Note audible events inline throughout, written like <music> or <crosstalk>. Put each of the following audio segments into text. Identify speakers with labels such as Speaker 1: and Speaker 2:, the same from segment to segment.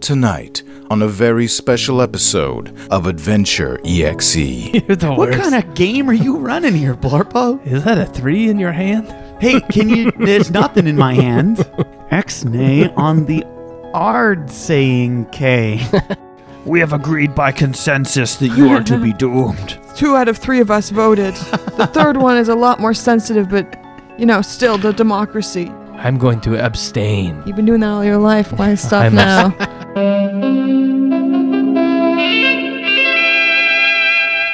Speaker 1: tonight on a very special episode of Adventure E EXE.
Speaker 2: <laughs> You're the
Speaker 3: What
Speaker 2: worst.
Speaker 3: kind of game are you running here, Blurpo?
Speaker 2: Is that a three in your hand?
Speaker 3: Hey, can you? There's nothing in my hand. Exnay on the ard saying K.
Speaker 4: We have agreed by consensus that you are to be doomed.
Speaker 5: Two out of three of us voted. The
Speaker 2: <laughs>
Speaker 5: third one is a lot more sensitive, but you know, still the democracy.
Speaker 2: I'm going to abstain.
Speaker 5: You've been doing that all your
Speaker 2: <laughs>
Speaker 5: life. Why stop
Speaker 2: I'm-
Speaker 5: now?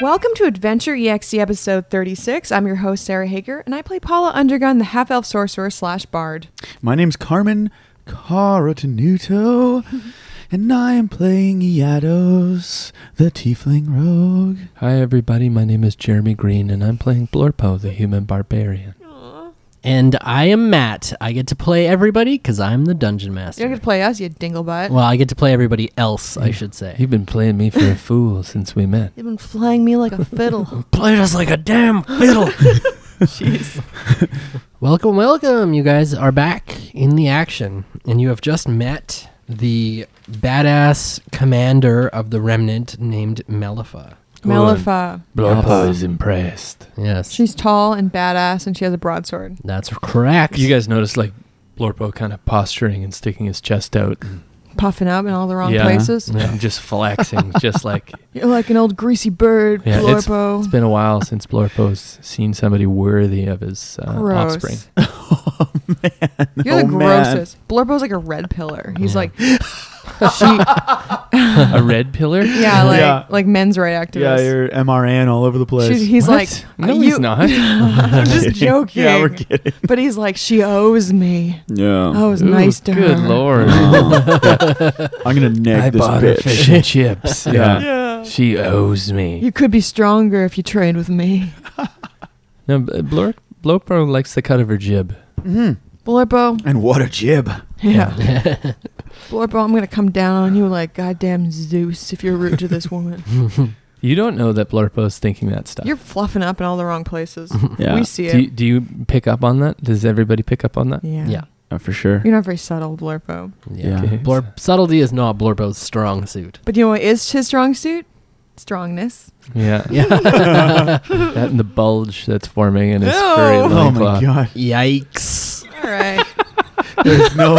Speaker 5: Welcome to Adventure EXE episode 36. I'm your host, Sarah Hager, and I play Paula Undergun, the half elf sorcerer slash bard.
Speaker 3: My name's Carmen Caratenuto, and I am playing Yados, the Tiefling Rogue.
Speaker 2: Hi, everybody. My name is Jeremy Green, and I'm playing Blurpo, the human barbarian.
Speaker 6: And I am Matt. I get to play everybody because I'm the dungeon
Speaker 5: You don't
Speaker 6: master.
Speaker 5: get to play us, you dinglebutt.
Speaker 6: Well, I get to play everybody else, I should say.
Speaker 2: You've been playing me <laughs> for a fool since we met.
Speaker 5: You've been flying me like
Speaker 2: <laughs>
Speaker 5: a fiddle.
Speaker 6: Played us like a damn
Speaker 5: <laughs>
Speaker 6: fiddle.
Speaker 5: Jeez.
Speaker 6: <laughs> welcome, welcome. You guys are back in the action, and you have just met the badass commander of the remnant named Melifa.
Speaker 5: Melifa.
Speaker 2: Blurpo is impressed.
Speaker 6: Yes,
Speaker 5: She's tall and badass, and she has a broadsword.
Speaker 6: that's correct.
Speaker 2: You guys notice, like, Blurpo kind of posturing and sticking his chest out. and-
Speaker 5: Puffing up in all the wrong
Speaker 2: Yeah.
Speaker 5: places.
Speaker 2: and just flaxing, <laughs> just like
Speaker 5: You're like an old greasy bird,
Speaker 2: Yeah, it's-
Speaker 5: Blorpo.
Speaker 2: It's been a while since Blorpo's seen somebody worthy of his uh,
Speaker 5: Gross.
Speaker 2: offspring.
Speaker 3: Oh man!
Speaker 5: You're the
Speaker 3: oh, man.
Speaker 5: grossest. Blurbo's like a red pillar. He's
Speaker 6: Yeah.
Speaker 5: like, she,
Speaker 2: a red pillar?
Speaker 6: <laughs>
Speaker 5: yeah, like
Speaker 3: Yeah.
Speaker 5: like men's right
Speaker 3: Yeah,
Speaker 5: activists.
Speaker 3: you're <laughs> MRN all over the place.
Speaker 5: She- he's
Speaker 2: What?
Speaker 5: like,
Speaker 2: no,
Speaker 5: you-
Speaker 2: he's not.
Speaker 5: <laughs> I'm just joking.
Speaker 3: <laughs> Yeah, we're kidding.
Speaker 5: But he's like, she owes me.
Speaker 3: Yeah.
Speaker 5: I was
Speaker 2: Ooh,
Speaker 5: nice to her.
Speaker 2: Good <laughs>
Speaker 3: <laughs>
Speaker 2: lord.
Speaker 3: Oh, I'm gonna neg
Speaker 2: I
Speaker 3: this
Speaker 2: bought her fish
Speaker 3: bitch.
Speaker 2: and <laughs> chips.
Speaker 3: Yeah.
Speaker 5: Yeah.
Speaker 2: She owes me.
Speaker 5: You could be stronger if you trained with me.
Speaker 2: No, B- Blor- Blorpo likes the cut of her jib.
Speaker 3: Mhm.
Speaker 5: Blurbo,
Speaker 3: And what a jib!
Speaker 5: yeah.
Speaker 2: <laughs>
Speaker 5: Blurbo, I'm going to come down on you like goddamn Zeus if you're rude to this woman.
Speaker 2: You don't know that Blorpo's thinking that stuff.
Speaker 5: You're fluffing up in all the wrong places.
Speaker 3: Yeah,
Speaker 5: We see
Speaker 2: do, you,
Speaker 5: it.
Speaker 2: do you pick up on that? Does everybody pick up on that?
Speaker 5: Yeah.
Speaker 6: Yeah.
Speaker 3: uh, for sure.
Speaker 5: You're not very subtle, Blurbo.
Speaker 6: yeah.
Speaker 3: Yeah.
Speaker 6: Blorp, subtlety is not Blorpo's strong suit.
Speaker 5: But you know what is his strong suit? Strongness.
Speaker 3: <laughs>
Speaker 2: Yeah.
Speaker 6: Yeah.
Speaker 2: that and the bulge that's forming in his
Speaker 5: No.
Speaker 2: furry
Speaker 5: Oh
Speaker 3: Oh
Speaker 2: loincloth.
Speaker 3: my god!
Speaker 6: Yikes.
Speaker 5: All <laughs> right.
Speaker 3: There's no,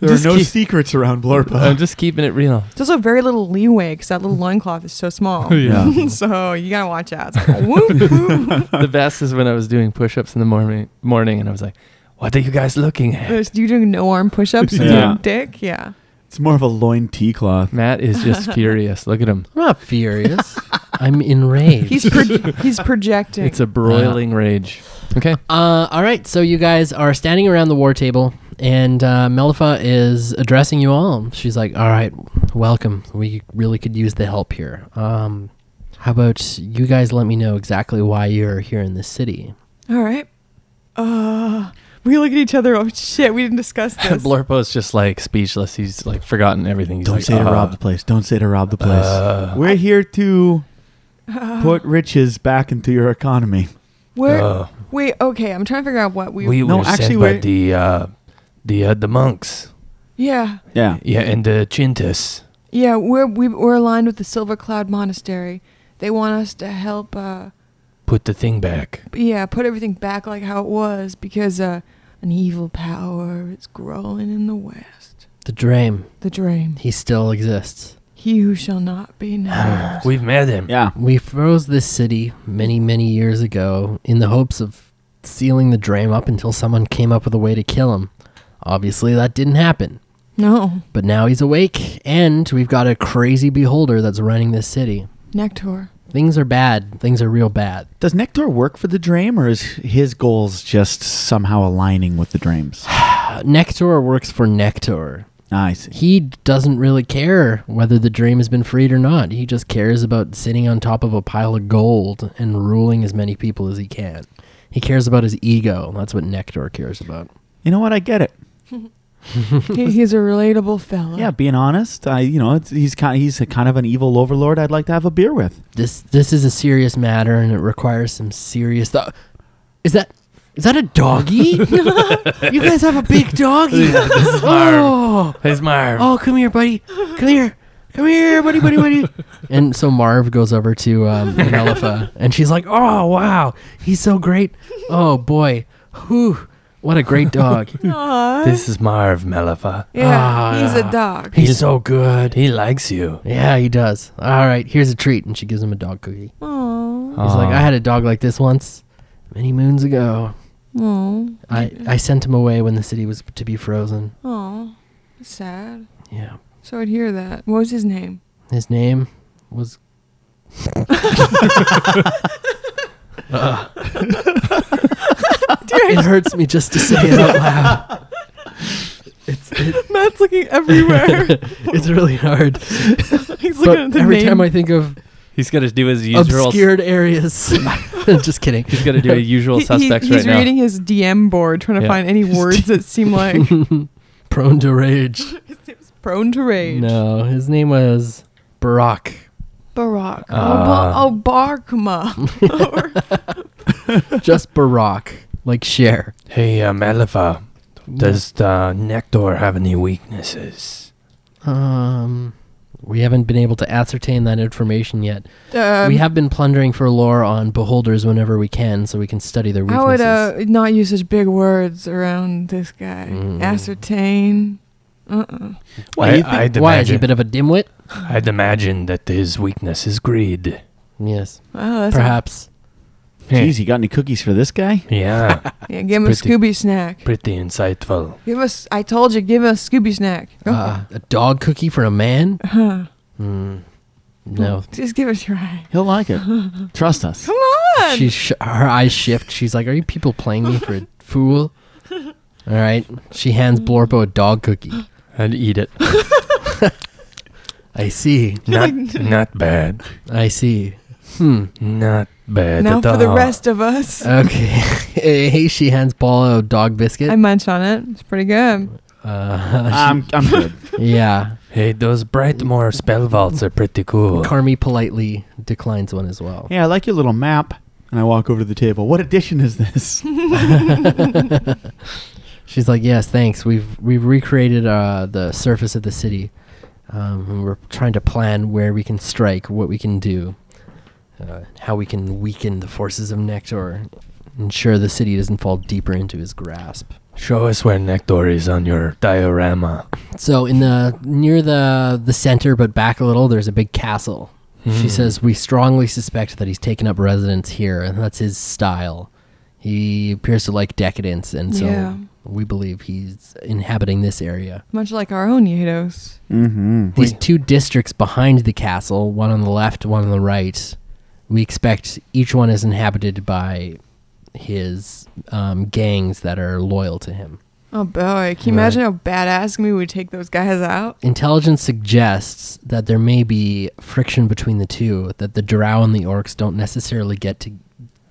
Speaker 3: there are
Speaker 2: Just
Speaker 3: no
Speaker 2: keep-
Speaker 3: secrets around
Speaker 2: I'm <laughs>
Speaker 3: Blurpo.
Speaker 2: just keeping it
Speaker 3: <laughs>
Speaker 2: real.
Speaker 5: There's also very little leeway because that little loincloth is so
Speaker 2: <laughs>
Speaker 5: small.
Speaker 3: Yeah.
Speaker 5: <laughs> so you gotta watch out. It's like, "Oh, whoop, whoop.
Speaker 2: the best is when I was doing push-ups in the morning, morning, and I was like, "What are you guys looking at?"
Speaker 5: There's- You doing no arm push-ups with
Speaker 3: Yeah.
Speaker 5: your dick? Yeah.
Speaker 3: It's more of a loin tea cloth.
Speaker 2: Matt is
Speaker 3: <laughs>
Speaker 2: just furious. Look at him.
Speaker 6: I'm not furious. I'm enraged.
Speaker 5: He's pro- he's projecting.
Speaker 2: It's a broiling rage. Okay.
Speaker 6: Uh, all right, so you guys are standing around the war table, and uh, Melifa is addressing you all. She's like, "All right, welcome. We really could use the help here. Um, how about you guys let me know exactly why you're here in this city?"
Speaker 5: All right. Uh, we look at each other. Oh shit, we
Speaker 2: <laughs>
Speaker 5: didn't discuss this.
Speaker 2: Blurpo's just like speechless. He's like forgotten everything. He's
Speaker 3: Don't
Speaker 2: like,
Speaker 3: say to
Speaker 2: "Uh,
Speaker 3: rob the place. Don't say to rob the place.
Speaker 2: uh,
Speaker 3: We're here to put riches back into your economy.
Speaker 5: Where?
Speaker 2: uh,
Speaker 5: wait. Okay, I'm trying to figure out what we.
Speaker 2: we were
Speaker 3: No, actually,
Speaker 2: sent by
Speaker 3: we're-
Speaker 2: the uh, the uh, the monks.
Speaker 5: yeah.
Speaker 3: Yeah.
Speaker 2: Yeah, and the Chintas.
Speaker 5: Yeah. We're we, we're aligned with the Silver Cloud Monastery. They want us to help. Uh,
Speaker 2: Put the thing back.
Speaker 5: yeah, put everything back like how it was because uh, an evil power is growing in the west.
Speaker 6: The Drame,
Speaker 5: The dream.
Speaker 6: he still exists.
Speaker 5: He who shall not
Speaker 6: <sighs>
Speaker 5: be named.
Speaker 2: We've met him.
Speaker 3: Yeah.
Speaker 6: We froze this city many, many years ago in the hopes of sealing the Drame up until someone came up with a way to kill him. Obviously, that didn't happen.
Speaker 5: no,
Speaker 6: But now he's awake, and we've got a crazy beholder that's running this city.
Speaker 5: Nectar.
Speaker 6: Things are bad. Things are real bad.
Speaker 3: Does Nectar work for the Dream, or is his goals just somehow aligning with the Dreams? Ah,
Speaker 6: Uh, Nectar works for Nectar.
Speaker 3: I see.
Speaker 6: He doesn't really care whether the dream has been freed or not. He just cares about sitting on top of a pile of gold and ruling as many people as he can. He cares about his ego. That's what Nectar cares about.
Speaker 3: You know what? I get it.
Speaker 6: <laughs>
Speaker 5: He- he's a relatable fella.
Speaker 3: Yeah, being honest, I you know it's, he's kind he's a kind of an evil overlord. I'd like to have a beer with.
Speaker 6: This this is a serious matter, and it requires some serious thought. Is that Is that a doggy? you guys have a <laughs> big doggy.
Speaker 7: <gasps>
Speaker 6: oh,
Speaker 7: Here's Marv.
Speaker 6: oh, come here, buddy. Come here. Come here, buddy, buddy, buddy. <laughs> and so Marv goes over to um, Melifa, and she's like, "Oh, wow, he's so great. Oh boy, whew, what a great <laughs> dog.
Speaker 5: Aw.
Speaker 7: This is Marv Melifa.
Speaker 5: yeah,
Speaker 6: Ah,
Speaker 5: he's
Speaker 6: yeah.
Speaker 5: a dog.
Speaker 6: he's so good.
Speaker 7: He likes you.
Speaker 6: Yeah, he does. All right, here's a treat." And she gives him a dog cookie.
Speaker 5: Aw.
Speaker 6: He's like, "I had a dog like this once, many moons ago.
Speaker 5: Aw.
Speaker 6: I I sent him away when the city was to be frozen.
Speaker 5: Aw. Sad.
Speaker 6: Yeah,
Speaker 5: So I'd hear that. What was his name?
Speaker 6: his name was." it hurts me just to say it out
Speaker 5: <laughs>
Speaker 6: loud. It's it,
Speaker 5: Matt's looking everywhere.
Speaker 6: <laughs> it's really hard.
Speaker 5: he's looking
Speaker 6: But
Speaker 5: at the
Speaker 6: every
Speaker 5: name.
Speaker 6: time I think of
Speaker 7: He's got to do his usual.
Speaker 6: obscured areas, <laughs> just kidding.
Speaker 7: He's got to
Speaker 6: <laughs>
Speaker 7: do a usual
Speaker 5: He- he-
Speaker 7: suspects
Speaker 5: he's
Speaker 7: right now.
Speaker 5: reading his DM board, trying to
Speaker 7: Yeah.
Speaker 5: find any words that seem like <laughs>
Speaker 6: Prone to rage.
Speaker 5: prone to rage.
Speaker 6: No, his name was Barack.
Speaker 5: Barack.
Speaker 7: Ah.
Speaker 5: oh, ba- oh, Barkma.
Speaker 6: Just Barack, like Cher.
Speaker 7: Hey, uh, Malifa, does uh, Nectar have any weaknesses?
Speaker 6: Um, we haven't been able to ascertain that information yet.
Speaker 5: um,
Speaker 6: we have been plundering for lore on beholders whenever we can, so we can study their
Speaker 5: I would uh,
Speaker 6: weaknesses.
Speaker 5: not use such big words around this guy.
Speaker 6: Mm.
Speaker 5: Ascertain. Uh-uh.
Speaker 6: Why,
Speaker 7: I-
Speaker 6: you think-
Speaker 7: I'd
Speaker 6: why is he a
Speaker 7: imagine-
Speaker 6: bit of a dimwit?
Speaker 7: I'd imagine that his weakness is greed.
Speaker 6: Yes,
Speaker 5: Wow, that's
Speaker 6: perhaps.
Speaker 3: Jeez, you got any cookies for this guy?
Speaker 7: Yeah,
Speaker 5: A, yeah, give him a
Speaker 7: Pretty-
Speaker 5: Scooby snack.
Speaker 7: pretty insightful.
Speaker 5: Give us. I told you, give him a Scooby snack. Go
Speaker 6: Uh, a dog cookie for a man?
Speaker 5: Huh.
Speaker 6: Hmm. No.
Speaker 5: Just give it a try.
Speaker 3: He'll like it. Trust us.
Speaker 5: Come on.
Speaker 6: She sh- her eyes shift. She's like, "Are you people playing me
Speaker 5: <laughs>
Speaker 6: for a fool?" All right. She hands Blorpo a dog
Speaker 5: <gasps>
Speaker 6: cookie.
Speaker 7: I'd eat it.
Speaker 6: I see.
Speaker 7: Not,
Speaker 5: <laughs>
Speaker 7: not bad.
Speaker 6: I see. Hmm.
Speaker 7: Not bad
Speaker 5: now
Speaker 7: at
Speaker 5: for the
Speaker 7: all.
Speaker 5: rest of us.
Speaker 6: Uh, Okay. <laughs> she hands Paul a dog
Speaker 5: I
Speaker 6: biscuit.
Speaker 5: munched on it. It's pretty good.
Speaker 6: Uh, <laughs>
Speaker 3: I'm, I'm good.
Speaker 6: yeah.
Speaker 7: Hey, those Brightmoor spell vaults are pretty cool.
Speaker 6: Carmi politely declines one as well.
Speaker 3: Yeah, I like your little map. And I walk over to the table. What edition is this?
Speaker 6: She's like, "Yes, thanks. We've we've recreated uh, the surface of the city. Um, and we're trying to plan where we can strike, what we can do, uh, how we can weaken the forces of Nectar, ensure the city doesn't fall deeper into his grasp."
Speaker 7: Show us where Nectar is on your diorama.
Speaker 6: So in the near the the center, but back a little, there's a big castle. She says we strongly suspect that he's taken up residence here, and that's his style. He appears to like decadence, and so
Speaker 5: Yeah.
Speaker 6: we believe he's inhabiting this area.
Speaker 5: Much like our own Yados.
Speaker 3: mm-hmm.
Speaker 6: These two districts behind the castle, one on the left, one on the right, we expect each one is inhabited by his um, gangs that are loyal to him.
Speaker 5: Oh boy, can you
Speaker 6: Right.
Speaker 5: imagine how badass we would take those guys out?
Speaker 6: Intelligence suggests that there may be friction between the two, that the Drow and the Orcs don't necessarily get to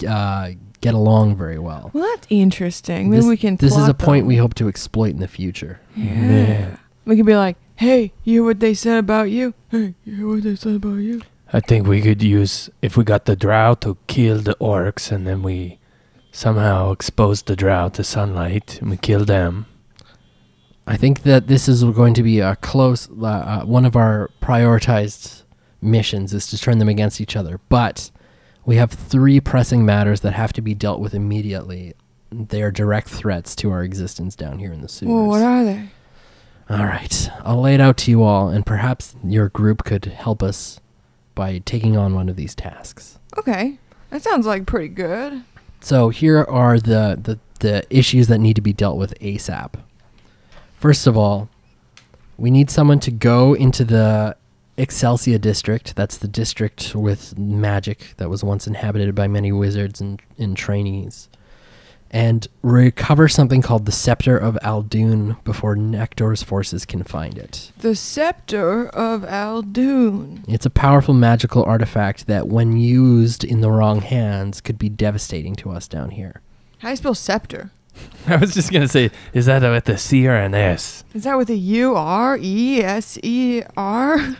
Speaker 6: uh, get along very well.
Speaker 5: Well, that's interesting. Maybe
Speaker 6: this
Speaker 5: we can.
Speaker 6: this is
Speaker 5: plot
Speaker 6: a point
Speaker 5: them.
Speaker 6: we hope to exploit in the future.
Speaker 5: Yeah. We could be like, hey, you hear what they said about you? Hey, you hear what they said about you?
Speaker 7: I think we could use if we got the drow to kill the orcs and then we somehow expose the drow to sunlight and we kill them.
Speaker 6: I think that this is going to be a close uh, uh, one of our prioritized missions is to turn them against each other. But we have three pressing matters that have to be dealt with immediately. They are direct threats to our existence down here in the sewers.
Speaker 5: Well, what are they?
Speaker 6: All right. I'll lay it out to you all, and perhaps your group could help us by taking on one of these tasks.
Speaker 5: Okay, that sounds like pretty good.
Speaker 6: So here are the, the, the issues that need to be dealt with ASAP. First of all, we need someone to go into the Excelsior district. That's the district with magic that was once inhabited by many wizards and, and trainees. And recover something called the Scepter of Aldoon before Nectar's forces can find it.
Speaker 5: The scepter of Aldoon.
Speaker 6: It's a powerful magical artifact that, when used in the wrong hands, could be devastating to us down here.
Speaker 5: How do you spell scepter?
Speaker 7: <laughs> I was just gonna say, is that with the C or an S?
Speaker 5: Is that with a U R E S E R? <laughs>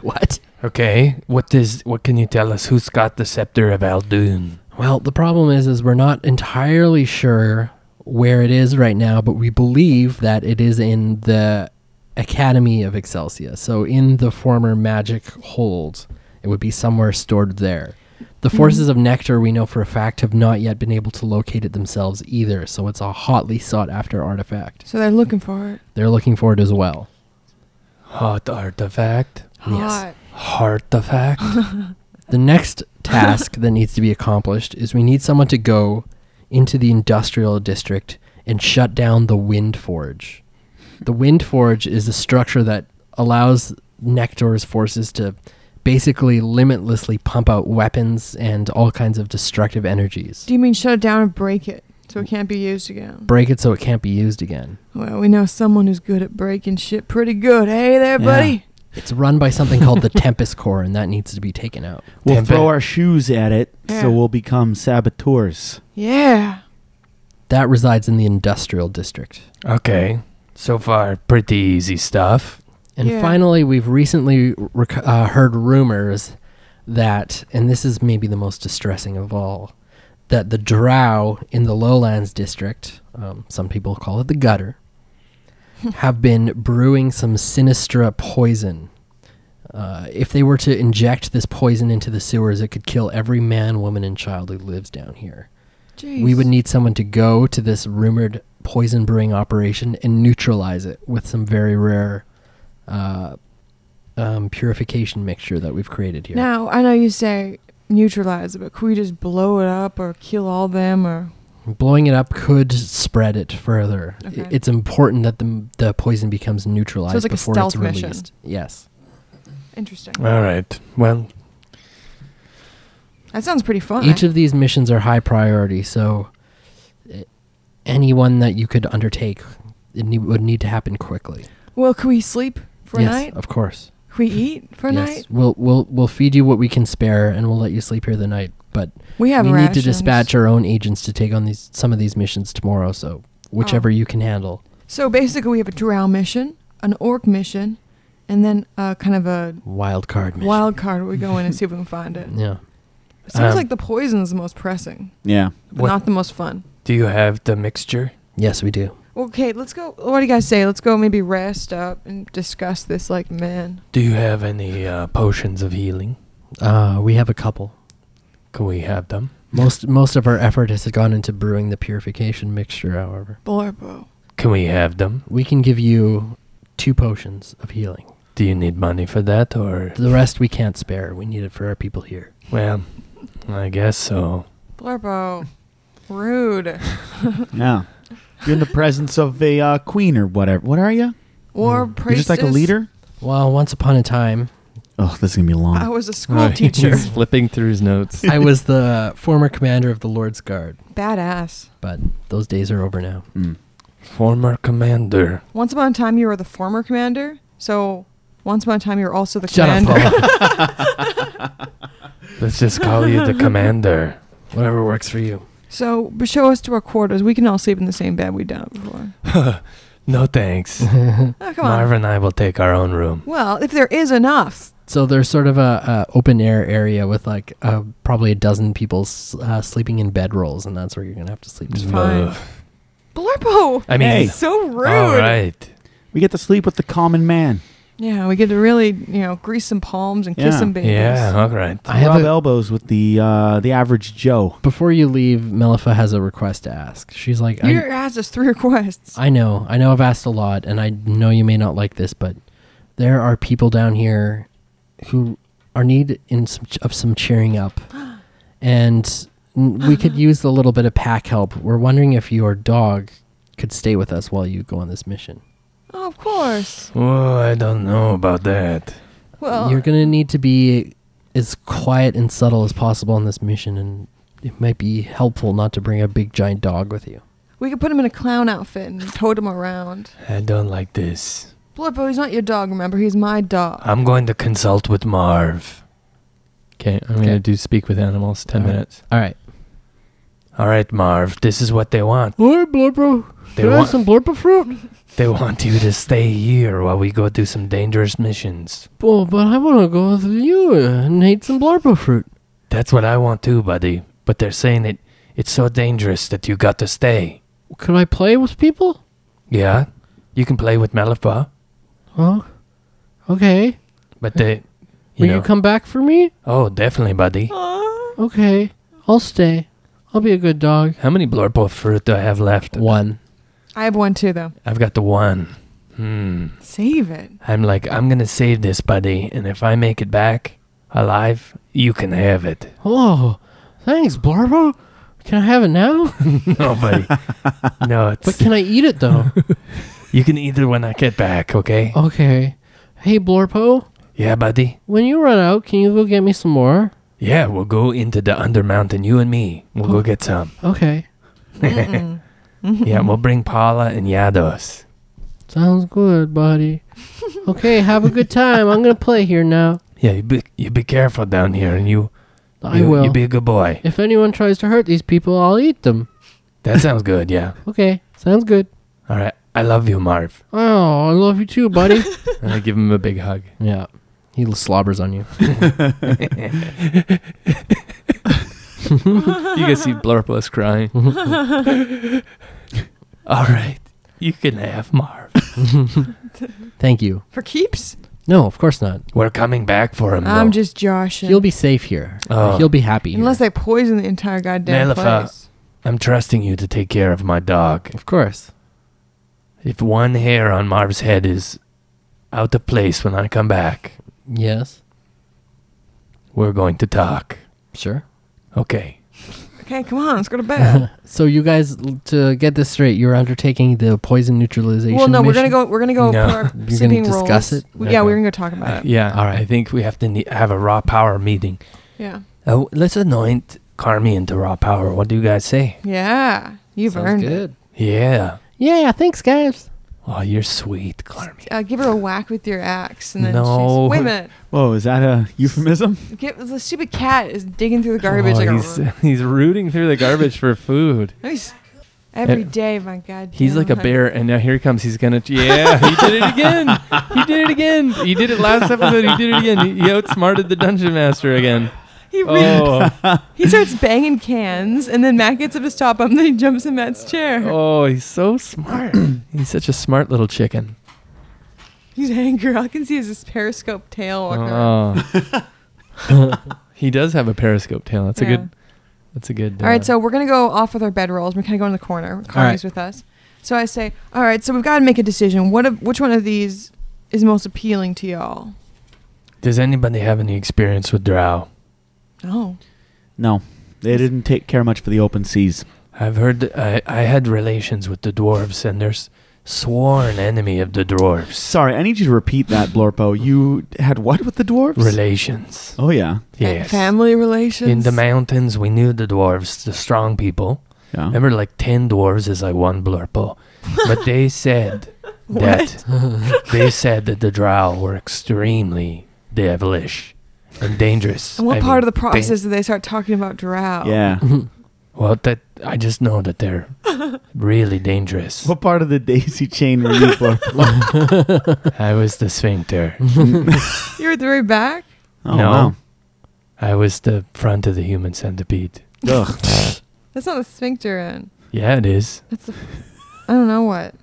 Speaker 6: What?
Speaker 7: Okay. What is what can you tell us? Who's got the scepter of Aldoon?
Speaker 6: Well, the problem is, is we're not entirely sure where it is right now, but we believe that it is in the Academy of Excelsia. So in the former magic hold, it would be somewhere stored there. The forces of Nectar, we know for a fact, have not yet been able to locate it themselves either. So it's a hotly sought after artifact.
Speaker 5: So they're looking for it.
Speaker 6: They're looking for it as well.
Speaker 7: Hot artifact.
Speaker 5: Hot.
Speaker 7: Artifact.
Speaker 6: The next task that needs to be accomplished is we need someone to go into the industrial district and shut down the wind forge. The wind forge is a structure that allows Nectar's forces to basically limitlessly pump out weapons and all kinds of destructive energies.
Speaker 5: Do you mean shut it down and break it so it can't be used again?
Speaker 6: Break it so it can't be used again.
Speaker 5: Well, we know someone who's good at breaking shit pretty good. Hey there,
Speaker 3: Yeah.
Speaker 5: buddy.
Speaker 6: It's run by something called the Tempest Core, and that needs to be taken out.
Speaker 3: We'll
Speaker 7: Damn
Speaker 3: throw
Speaker 7: it.
Speaker 3: our shoes at it
Speaker 5: Yeah.
Speaker 3: so we'll become saboteurs.
Speaker 5: Yeah.
Speaker 6: That resides in the industrial district.
Speaker 7: okay. So far, pretty easy stuff.
Speaker 6: And
Speaker 5: Yeah.
Speaker 6: finally, we've recently rec- uh, heard rumors that, and this is maybe the most distressing of all, that the drow in the Lowlands district, um, some people call it the gutter, have been brewing some sinistra poison. Uh, if they were to inject this poison into the sewers, it could kill every man, woman, and child who lives down here.
Speaker 5: Jeez.
Speaker 6: We would need someone to go to this rumored poison brewing operation and neutralize it with some very rare uh, um, purification mixture that we've created here.
Speaker 5: Now, I know you say neutralize it, but could we just blow it up or kill all them or.
Speaker 6: Blowing it up could spread it further. I-
Speaker 5: Okay.
Speaker 6: It's important that the, the poison becomes neutralized
Speaker 5: like a
Speaker 6: before
Speaker 5: stealth
Speaker 6: it's
Speaker 5: mission.
Speaker 6: released. Yes.
Speaker 5: Interesting.
Speaker 7: All right. Well,
Speaker 5: That sounds pretty fun.
Speaker 6: Each of these missions are high priority, so uh, anyone that you could undertake it ne- would need to happen quickly.
Speaker 5: well, could we sleep for
Speaker 6: yes,
Speaker 5: a night?
Speaker 6: of course.
Speaker 5: Could we eat for a night?
Speaker 6: We'll we'll we'll feed you what we can spare and we'll let you sleep here the night. But
Speaker 5: We have
Speaker 6: we
Speaker 5: rations.
Speaker 6: need to dispatch our own agents to take on these some of these missions tomorrow, so whichever
Speaker 5: Oh.
Speaker 6: you can handle.
Speaker 5: So basically, we have a drow mission, an orc mission, and then uh, kind of a
Speaker 6: Wild card mission.
Speaker 5: wild card where we go in and see if we can find it.
Speaker 6: <laughs> Yeah.
Speaker 5: Sounds
Speaker 7: Um,
Speaker 5: like the poison is the most pressing,
Speaker 3: Yeah.
Speaker 5: but
Speaker 7: What-
Speaker 5: not the most fun.
Speaker 7: do you have the mixture?
Speaker 6: Yes, we do.
Speaker 5: Okay, let's go. What do you guys say? Let's go maybe rest up and discuss this like men.
Speaker 7: Do you have any uh, potions of healing?
Speaker 6: Uh, we have a couple.
Speaker 7: Can we have them?
Speaker 6: Most most of our effort has gone into brewing the purification mixture, however.
Speaker 5: Blorbo.
Speaker 7: Can we have them?
Speaker 6: We can give you two potions of healing.
Speaker 7: Do you need money for that or
Speaker 6: The rest we can't spare. We need it for our people here.
Speaker 7: well, I guess so.
Speaker 5: Blorbo. Rude.
Speaker 3: Yeah. You're in the presence of a uh, queen or whatever. What are you?
Speaker 5: War priestess.
Speaker 3: You're just like a leader?
Speaker 6: Well, once upon a time,
Speaker 3: Oh, this is going to be long.
Speaker 5: I was a school
Speaker 2: <laughs>
Speaker 5: teacher. <laughs>
Speaker 7: He's flipping through his notes.
Speaker 6: I was the former commander of the Lord's Guard,
Speaker 5: Badass.
Speaker 6: but those days are over now.
Speaker 3: Mm.
Speaker 7: <laughs> Former commander.
Speaker 5: Once upon a time, you were the former commander. So, once upon a time, you were also the
Speaker 6: Shut up,
Speaker 5: commander.
Speaker 6: Paul.
Speaker 7: Let's just call you
Speaker 5: <laughs>
Speaker 7: the commander.
Speaker 6: Whatever works for you.
Speaker 5: so, but show us to our quarters. We can all sleep in the same bed we've done it
Speaker 2: <laughs>
Speaker 5: before.
Speaker 7: <laughs> No thanks.
Speaker 5: Oh, come on.
Speaker 7: Marv and I will take our own room.
Speaker 5: Well, if there is enough.
Speaker 6: So there's sort of a, a open air area with like uh, probably a dozen people s- uh, sleeping in bedrolls, and that's where you're gonna have to sleep.
Speaker 5: Mm. fine.
Speaker 7: Ugh.
Speaker 5: Blurpo!
Speaker 7: I mean,
Speaker 3: Hey.
Speaker 5: So rude.
Speaker 7: all right.
Speaker 3: We get to sleep with the common man.
Speaker 5: Yeah, we get to really, you know, grease some palms and kiss
Speaker 3: Yeah.
Speaker 5: some babies.
Speaker 7: Yeah, all right.
Speaker 6: I have
Speaker 3: Rub
Speaker 6: a-
Speaker 3: elbows with the uh, the average Joe.
Speaker 6: Before you leave, Melifa has a request to ask. She's like,
Speaker 5: You
Speaker 6: I,
Speaker 5: asked us three requests.
Speaker 6: I know, I know, I've asked a lot, and I know you may not like this, but there are people down here who are need in some, of some cheering up, and n- we could use a little bit of pack help. We're wondering if your dog could stay with us while you go on this mission.
Speaker 5: oh, of course.
Speaker 7: Oh, I don't know about that.
Speaker 5: Well,
Speaker 6: You're gonna need to be as quiet and subtle as possible on this mission, and it might be helpful not to bring a big giant dog with you.
Speaker 5: we could put him in a clown outfit and tote him around.
Speaker 7: I don't like this.
Speaker 5: Blurpo, he's not your dog, remember? He's my dog.
Speaker 6: Uh,
Speaker 7: I'm going to consult with Marv. Okay, I'm
Speaker 6: Okay.
Speaker 7: going to do speak with animals 10
Speaker 6: All right.
Speaker 7: minutes.
Speaker 6: All right.
Speaker 7: All right, Marv, this is what they want.
Speaker 6: All right, Blurpo.
Speaker 7: They want
Speaker 6: some Blurpo fruit?
Speaker 7: they want you to stay here while we go do some dangerous missions.
Speaker 6: Oh, but I want to go with you and eat some Blurpo fruit.
Speaker 7: That's what I want too, buddy.
Speaker 2: but they're saying that it's so dangerous that you got to stay.
Speaker 6: Can I play with people?
Speaker 2: Yeah, you can play with Malifaux,
Speaker 6: Oh, okay.
Speaker 2: but
Speaker 6: <laughs>
Speaker 2: they, you
Speaker 6: Will
Speaker 2: know,
Speaker 6: you come back for me?
Speaker 2: oh, definitely, buddy.
Speaker 6: Okay, I'll stay. I'll be a good dog.
Speaker 2: How many blorpo fruit do I have left?
Speaker 6: One.
Speaker 5: I have one too, though.
Speaker 2: I've got the one. Hmm.
Speaker 5: Save it.
Speaker 2: I'm like, I'm gonna save this, buddy, and if I make it back alive, you can have it. <laughs>
Speaker 6: Oh, thanks, Blarbo. Can I have
Speaker 7: <laughs>
Speaker 6: it now?
Speaker 2: No, buddy. no, <laughs> it's
Speaker 6: But can I eat it though?
Speaker 2: you can eat it when I get back, okay?
Speaker 6: okay. Hey, Blorpo,
Speaker 2: Yeah, buddy.
Speaker 6: when you run out, can you go get me some more?
Speaker 2: Yeah, we'll go into the Undermountain, you and me. We'll go get <laughs> some.
Speaker 6: Okay.
Speaker 2: Yeah, we'll bring Paula and Yados.
Speaker 6: Sounds good,
Speaker 5: <laughs>
Speaker 6: buddy. Okay, have a good time. I'm gonna play here now.
Speaker 2: Yeah, you be you be careful down here, and you
Speaker 6: I
Speaker 2: you,
Speaker 6: will.
Speaker 2: you be a good boy.
Speaker 6: if anyone tries to hurt these people, I'll eat them.
Speaker 2: <laughs> That sounds good. Yeah.
Speaker 6: Okay, sounds good.
Speaker 2: All right. I love you, Marv.
Speaker 6: Oh, I love you
Speaker 5: <laughs>
Speaker 6: too, buddy.
Speaker 2: And I give him a big hug.
Speaker 6: yeah. He slobbers on you.
Speaker 2: You can see Blurpus crying. <laughs> All right. You can have Marv.
Speaker 6: Thank you.
Speaker 5: For keeps?
Speaker 6: No, of course not.
Speaker 2: We're coming back for him.
Speaker 5: I'm
Speaker 2: though.
Speaker 5: just joshing.
Speaker 6: He'll be safe here.
Speaker 2: Oh.
Speaker 6: He'll be happy. here.
Speaker 5: Unless they poison the entire goddamn
Speaker 2: Malifaux.
Speaker 5: place.
Speaker 2: I'm trusting you to take care of my dog.
Speaker 6: of course.
Speaker 2: If one hair on Marv's head is out of place when I come back,
Speaker 6: Yes.
Speaker 2: we're going to talk.
Speaker 6: Sure.
Speaker 2: Okay.
Speaker 5: Okay, come on, let's go to
Speaker 6: <laughs>
Speaker 5: bed.
Speaker 6: So you guys, l- to get this straight, you're undertaking the poison neutralization.
Speaker 5: well, no, we're
Speaker 6: mission?
Speaker 5: gonna go. We're gonna go.
Speaker 2: No.
Speaker 5: for
Speaker 6: <laughs>
Speaker 5: our
Speaker 6: gonna
Speaker 5: sleeping
Speaker 6: discuss
Speaker 5: roles.
Speaker 6: it?
Speaker 5: We- Yeah,
Speaker 6: Okay.
Speaker 5: we're gonna go talk about it.
Speaker 2: Uh, yeah.
Speaker 6: All right.
Speaker 2: I think we have to ne- have a raw power meeting.
Speaker 5: Yeah,
Speaker 2: Oh, let's anoint Carmi into raw power. What do you guys say?
Speaker 5: yeah. You've
Speaker 6: Sounds
Speaker 5: earned
Speaker 6: good.
Speaker 2: Yeah.
Speaker 6: Yeah. Thanks, guys.
Speaker 2: Oh, you're sweet, Carmi.
Speaker 5: it. Uh, give her a whack with your axe, and then
Speaker 2: No.
Speaker 5: she's, wait a minute.
Speaker 3: Whoa, is that a euphemism?
Speaker 5: Get, the stupid cat is digging through the garbage
Speaker 2: Oh,
Speaker 5: like
Speaker 2: he's,
Speaker 5: a.
Speaker 2: <laughs> he's rooting through the garbage for food.
Speaker 5: He's, every
Speaker 2: Eh,
Speaker 5: day, my god.
Speaker 2: He's like a bear, and now here he comes. He's gonna. Yeah, he did it again. He did it again. He did it last episode. He did it again. He, he outsmarted the dungeon master <laughs> again.
Speaker 5: He, re-
Speaker 2: Oh,
Speaker 5: he starts banging cans, and then Matt gets up to stop him. Then he jumps in Matt's chair.
Speaker 2: oh, he's so smart. <clears throat> He's such a smart little chicken.
Speaker 5: He's angry. All I can see is his periscope tail walking. around.
Speaker 2: Oh. <laughs> he does have a periscope tail. That's
Speaker 5: Yeah.
Speaker 2: a good. That's a good.
Speaker 5: All right,
Speaker 2: uh,
Speaker 5: so we're gonna go off with our bedrolls. We're kind of going in the corner. Carly's
Speaker 6: right.
Speaker 5: with us. So I say, all right. So we've got to make a decision. What? Of, which one of these is most appealing to y'all?
Speaker 2: does anybody have any experience with Drow?
Speaker 5: Oh,
Speaker 3: No, they didn't take care much for the open seas.
Speaker 2: I've heard. th- I I had relations with the dwarves, and there's sworn enemy of the dwarves.
Speaker 3: Sorry, I need you to repeat that, Blorpo. You had what with the dwarves?
Speaker 2: Relations.
Speaker 3: Oh yeah,
Speaker 2: Yes.
Speaker 5: family relations.
Speaker 2: In the mountains, we knew the dwarves, the strong people.
Speaker 3: yeah.
Speaker 2: Remember, like 10 dwarves is like one blurpo. But they
Speaker 5: <laughs>
Speaker 2: said that they said that the drow were extremely devilish and dangerous.
Speaker 5: And what
Speaker 2: I
Speaker 5: part
Speaker 2: mean,
Speaker 5: of the
Speaker 2: dan-
Speaker 5: process do they start talking about drow?
Speaker 3: yeah. <laughs>
Speaker 2: well, that I just know that
Speaker 5: <laughs>
Speaker 2: they're really dangerous.
Speaker 3: What part of the daisy chain were you, Blorpo?
Speaker 2: I was the sphincter.
Speaker 3: Mm-hmm.
Speaker 5: You're at the very back.
Speaker 3: Oh,
Speaker 2: No.
Speaker 3: wow.
Speaker 2: I was the front of the human centipede.
Speaker 3: Ugh.
Speaker 5: That's not the sphincter end.
Speaker 2: Yeah, it is.
Speaker 5: That's the. I don't know what.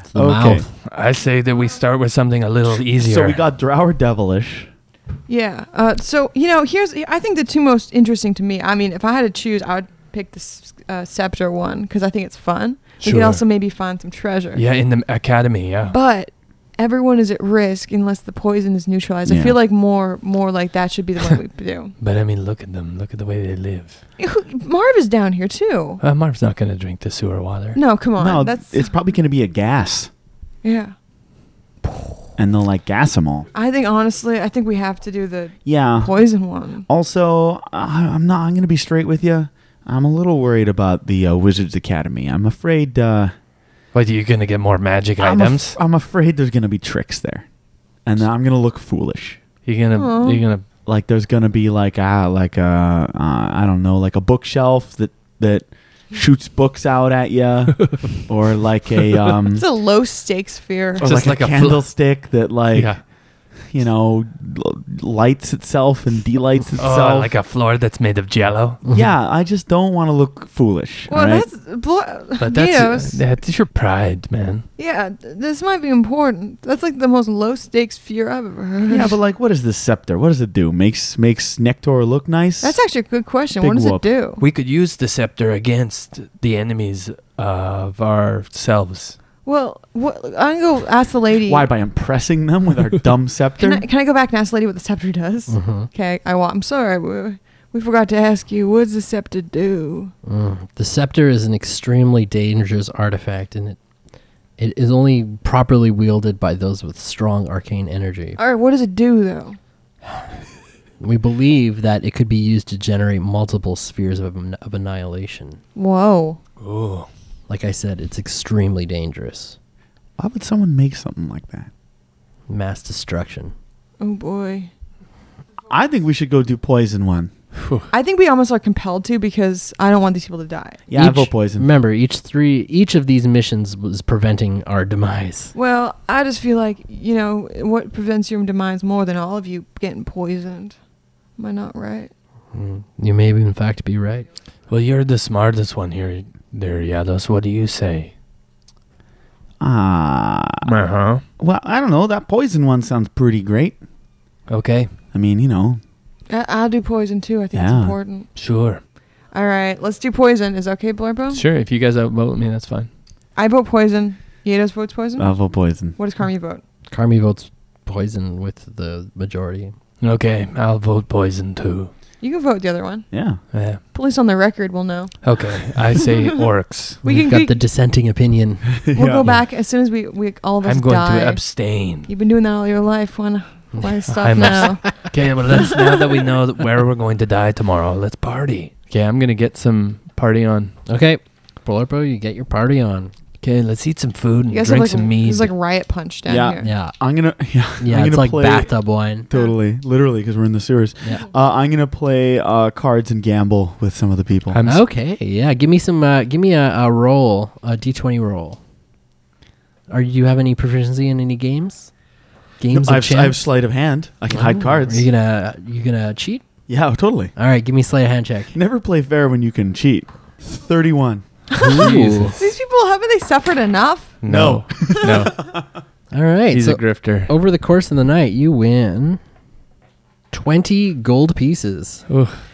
Speaker 6: It's the
Speaker 3: Okay.
Speaker 6: mouth.
Speaker 2: I say that we start with something a little easier.
Speaker 3: So we got drow or devilish.
Speaker 5: Yeah. Uh, so you know, here's I think the two most interesting to me. I mean, if I had to choose, I would pick the s- uh, scepter one because I think it's fun. We
Speaker 2: Sure.
Speaker 5: could also maybe find some treasure.
Speaker 2: Yeah, in the academy, yeah.
Speaker 5: But everyone is at risk unless the poison is neutralized. I
Speaker 3: Yeah.
Speaker 5: feel like more more like that should be the one we do.
Speaker 2: But I mean, look at them. Look at the way they live.
Speaker 5: Marv is down here too.
Speaker 2: Uh, Marv's not going to drink the sewer water.
Speaker 5: No, come on.
Speaker 3: No,
Speaker 5: That's
Speaker 3: it's probably going to be a gas,
Speaker 5: yeah.
Speaker 3: and they'll like gas them all.
Speaker 5: I think honestly, I think we have to do the
Speaker 3: Yeah.
Speaker 5: poison one.
Speaker 3: Also, I, I'm not. I'm going to be straight with you. I'm a little worried about the uh, Wizards Academy. I'm afraid. Uh,
Speaker 2: What, are you going to get more magic
Speaker 3: I'm, af-
Speaker 2: items?
Speaker 3: I'm afraid there's going to be tricks there, and I'm going to look foolish.
Speaker 2: you're going
Speaker 5: Aw.
Speaker 2: to, you're going to,
Speaker 3: Like there's going to be like ah like a uh, I don't know like a bookshelf that that shoots books out at you, or like a um
Speaker 5: <laughs> It's a low stakes fear.
Speaker 3: or
Speaker 2: Just like
Speaker 3: like, a,
Speaker 2: a fl-
Speaker 3: candlestick that like
Speaker 2: yeah.
Speaker 3: you know, l- lights itself and delights itself.
Speaker 7: Oh, like a floor that's made of jello.
Speaker 3: yeah, I just don't want to look foolish.
Speaker 5: Well,
Speaker 3: alright?
Speaker 5: that's blo-
Speaker 7: But
Speaker 5: Neos.
Speaker 7: that's that's your pride, man.
Speaker 5: yeah, th- this might be important. That's like the most low stakes fear I've ever heard.
Speaker 3: yeah, but like, what is this scepter? What does it do? Makes makes Nectar look nice?
Speaker 5: <laughs> that's actually a good question.
Speaker 3: Big
Speaker 5: What does
Speaker 3: whoop.
Speaker 5: it do?
Speaker 7: We could use the scepter against the enemies of ourselves.
Speaker 5: Well, what, I'm gonna go ask the lady.
Speaker 3: why by impressing them with our dumb
Speaker 5: Can
Speaker 3: scepter.
Speaker 5: I, can I go back and ask the lady what the scepter does?
Speaker 3: Mm.
Speaker 6: Mm-hmm.
Speaker 5: Okay, I want. I'm sorry, we, we forgot to ask you. What does the scepter do?
Speaker 6: Mm. The scepter is an extremely dangerous artifact, and it it is only properly wielded by those with strong arcane energy.
Speaker 5: All right, what does it do though?
Speaker 6: We believe that it could be used to generate multiple spheres of, an- of annihilation.
Speaker 5: Whoa.
Speaker 7: Ooh.
Speaker 6: Like I said, it's extremely dangerous.
Speaker 3: why would someone make something like that?
Speaker 6: Mass destruction.
Speaker 5: Oh boy.
Speaker 3: I think we should go do poison one.
Speaker 5: I think we almost are compelled to because I don't want these people to die.
Speaker 3: Yeah, I
Speaker 6: Each-
Speaker 3: vote poison.
Speaker 6: Remember, each three, each of these missions was preventing our demise.
Speaker 5: Well, I just feel like, you know, what prevents your demise more than all of you getting poisoned? Am I not right?
Speaker 6: Mm. You may, in fact, be right.
Speaker 7: Well, you're the smartest one here, there, Yados. What do you say?
Speaker 3: Ah,
Speaker 7: Uh huh.
Speaker 3: well, I don't know. That poison one sounds pretty great.
Speaker 7: Okay,
Speaker 3: I mean, you know,
Speaker 5: I- Uh, I'll do poison too. I think it's
Speaker 3: Yeah.
Speaker 5: important.
Speaker 7: sure,
Speaker 5: All right, let's do poison. Is that okay, Blurbo?
Speaker 2: Sure, if you guys outvote me, that's fine.
Speaker 5: I vote poison. Yados votes poison?
Speaker 3: I vote poison.
Speaker 5: what does Carmi vote?
Speaker 6: Carmi votes poison with the majority.
Speaker 7: okay. I'll vote poison too.
Speaker 5: You can vote the other one.
Speaker 3: Yeah,
Speaker 7: Yeah.
Speaker 5: Police on the record will
Speaker 3: <laughs>
Speaker 5: know.
Speaker 7: Okay, I say
Speaker 5: <laughs>
Speaker 7: orcs.
Speaker 5: We
Speaker 6: We've
Speaker 5: can-
Speaker 6: got
Speaker 5: we-
Speaker 6: the dissenting opinion.
Speaker 5: We'll go back as soon as we, we all of us
Speaker 7: I'm going
Speaker 5: die.
Speaker 7: to abstain.
Speaker 5: You've been doing that all your life. Why,
Speaker 7: <laughs>
Speaker 5: why stop
Speaker 7: I'm
Speaker 5: now?
Speaker 7: Okay, well, <laughs> let's now that we know that where we're going to die tomorrow, let's party.
Speaker 2: Okay, I'm gonna get some party on.
Speaker 6: Okay, Blurpo, you get your party on.
Speaker 7: Okay, let's eat some food and
Speaker 5: You guys
Speaker 7: drink
Speaker 5: have like,
Speaker 7: some mead.
Speaker 5: There's like riot punch down
Speaker 3: Yeah.
Speaker 5: here.
Speaker 6: Yeah,
Speaker 3: I'm gonna. <laughs> Yeah, I'm
Speaker 6: yeah, it's
Speaker 3: gonna
Speaker 6: like
Speaker 3: play-
Speaker 6: bathtub wine.
Speaker 3: Totally, literally, because we're in the sewers.
Speaker 6: Yeah.
Speaker 3: Uh, I'm gonna play uh, cards and gamble with some of the people.
Speaker 7: I'm s-
Speaker 6: Okay, yeah. Give me some. Uh, give me a, a roll, a D twenty roll. Are you have any proficiency in any games? Games
Speaker 3: No,
Speaker 6: of
Speaker 3: I've, I have
Speaker 6: chance.
Speaker 3: sleight of hand. I can
Speaker 6: Oh,
Speaker 3: hide cards.
Speaker 6: Are you gonna you gonna cheat?
Speaker 3: yeah, totally.
Speaker 6: All right, give me sleight of
Speaker 7: <laughs>
Speaker 6: hand check.
Speaker 3: Never play fair when you can cheat. Thirty-one.
Speaker 6: Ooh.
Speaker 5: These people, haven't they suffered enough?
Speaker 2: No, <laughs> no,
Speaker 6: All right.
Speaker 2: he's
Speaker 6: So oh.
Speaker 2: a grifter.
Speaker 6: over the course of the night, you win twenty gold pieces.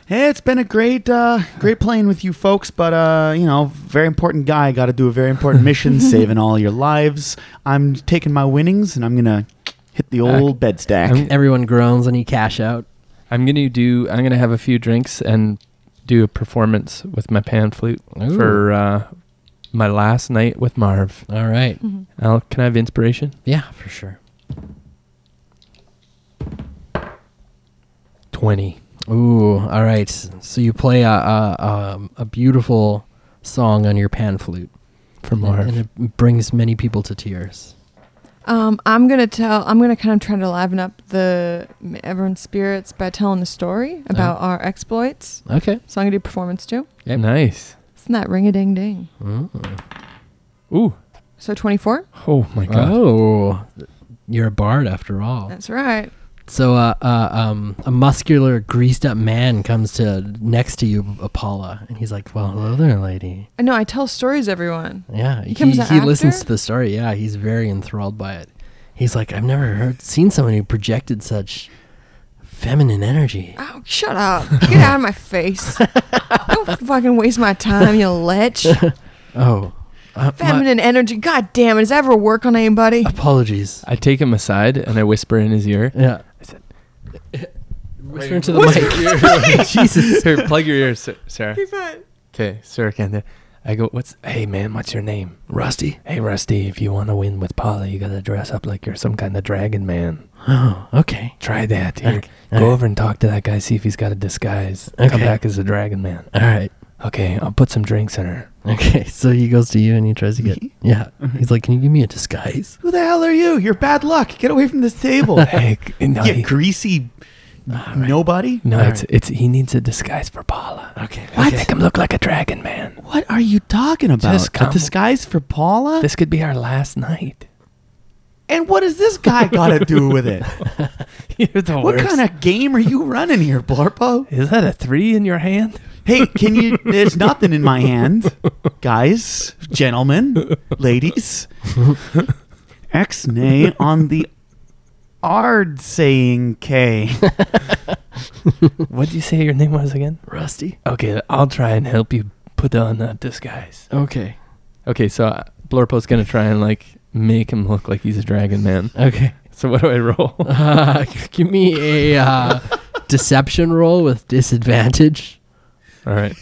Speaker 3: Hey, it's been a great, uh, great playing with you folks, but uh, you know, very important guy. Got to do a very important mission, saving all your lives. I'm taking my winnings and I'm gonna hit the
Speaker 2: Uh,
Speaker 3: old bed stack.
Speaker 2: I'm-
Speaker 6: Everyone groans and you cash out.
Speaker 2: I'm gonna do. I'm gonna have a few drinks and do a performance with my pan flute
Speaker 6: Ooh.
Speaker 2: for uh, my last night with Marv.
Speaker 6: All right.
Speaker 2: Al, can I have inspiration?
Speaker 6: Yeah, for sure.
Speaker 7: Twenty.
Speaker 6: Ooh, all right. So you play a a, um, a beautiful song on your pan flute
Speaker 2: For
Speaker 6: and-
Speaker 2: Marv.
Speaker 6: and it brings many people to tears.
Speaker 5: Um, I'm gonna tell. I'm gonna kind of try to liven up the everyone's spirits by telling a story about our exploits.
Speaker 6: Okay.
Speaker 5: So I'm gonna do performance too.
Speaker 2: Yep. Nice.
Speaker 5: Isn't that ring a ding ding?
Speaker 6: Mm-hmm.
Speaker 2: Ooh.
Speaker 5: So 24.
Speaker 2: Oh my god.
Speaker 6: Oh, you're a bard after all.
Speaker 5: That's right.
Speaker 6: So uh, uh, um, a muscular, greased up man comes to next to you, Apollo, and he's like, "Well, hello there, lady."
Speaker 5: I know. I tell stories, everyone.
Speaker 6: Yeah,
Speaker 5: He comes
Speaker 6: he listens
Speaker 5: after?
Speaker 6: to the story. Yeah, he's very enthralled by it. He's like, "I've never heard seen someone who projected such feminine energy."
Speaker 5: Oh, shut up! Get out of my face! Don't fucking waste my time, you lech.
Speaker 6: Oh, uh, my-
Speaker 5: Feminine energy. God damn it! Does that ever work on
Speaker 6: <laughs>
Speaker 5: anybody?
Speaker 6: apologies.
Speaker 2: I take him aside and I whisper in his ear.
Speaker 6: Yeah. <laughs> Whisper into the
Speaker 7: <laughs>
Speaker 6: <laughs> mic. Jesus.
Speaker 2: Here, plug your ears, Sa- Sarah.
Speaker 5: Be fine.
Speaker 2: Okay, Sarah can do. I go, what's, hey man, what's your name?
Speaker 6: Rusty.
Speaker 7: Hey, Rusty, if you want to win with Paula, you gotta dress up like you're some kind of dragon man.
Speaker 6: Oh, okay.
Speaker 7: Try that. Here,
Speaker 6: Okay.
Speaker 7: go
Speaker 6: Alright.
Speaker 7: over and talk to that guy. See if he's got a disguise. Come
Speaker 6: Okay.
Speaker 7: back as a dragon man.
Speaker 6: All right.
Speaker 7: Okay, I'll put some drinks in her.
Speaker 6: Okay. So he goes to you and he tries to get. Yeah. He's like, "Can you give me a disguise?"
Speaker 3: Who the hell are you? You're bad luck. Get away from this table.
Speaker 6: <laughs>
Speaker 7: Hey, c- no,
Speaker 3: you
Speaker 7: he-
Speaker 3: greasy nobody.
Speaker 2: Mm.
Speaker 7: no,
Speaker 6: All
Speaker 7: it's it's he needs a disguise for Paula.
Speaker 6: Okay.
Speaker 3: What?
Speaker 7: Make him look like a dragon man.
Speaker 3: What are you talking about?
Speaker 7: Just
Speaker 3: A
Speaker 7: come-
Speaker 3: disguise for Paula?
Speaker 6: <laughs>
Speaker 7: This could be our last night.
Speaker 3: And what does this guy got to do with it?
Speaker 7: You're the
Speaker 3: What
Speaker 7: worst.
Speaker 3: kind of game are you running here, Blarpo?
Speaker 7: Is that a three in your
Speaker 6: <laughs>
Speaker 7: hand?
Speaker 3: Hey, can you? There's nothing in my hand, guys, gentlemen, ladies. X nay on the ard saying K.
Speaker 7: What did you say your name was again?
Speaker 6: Rusty.
Speaker 7: Okay, I'll try and help you put on that disguise.
Speaker 6: Okay.
Speaker 2: Okay, so uh, Blurpo's gonna try and like make him look like he's a dragon man. <laughs>
Speaker 6: Okay. <laughs>
Speaker 2: So what do I roll? <laughs>
Speaker 6: Uh, give me a uh, deception roll with disadvantage.
Speaker 2: All right.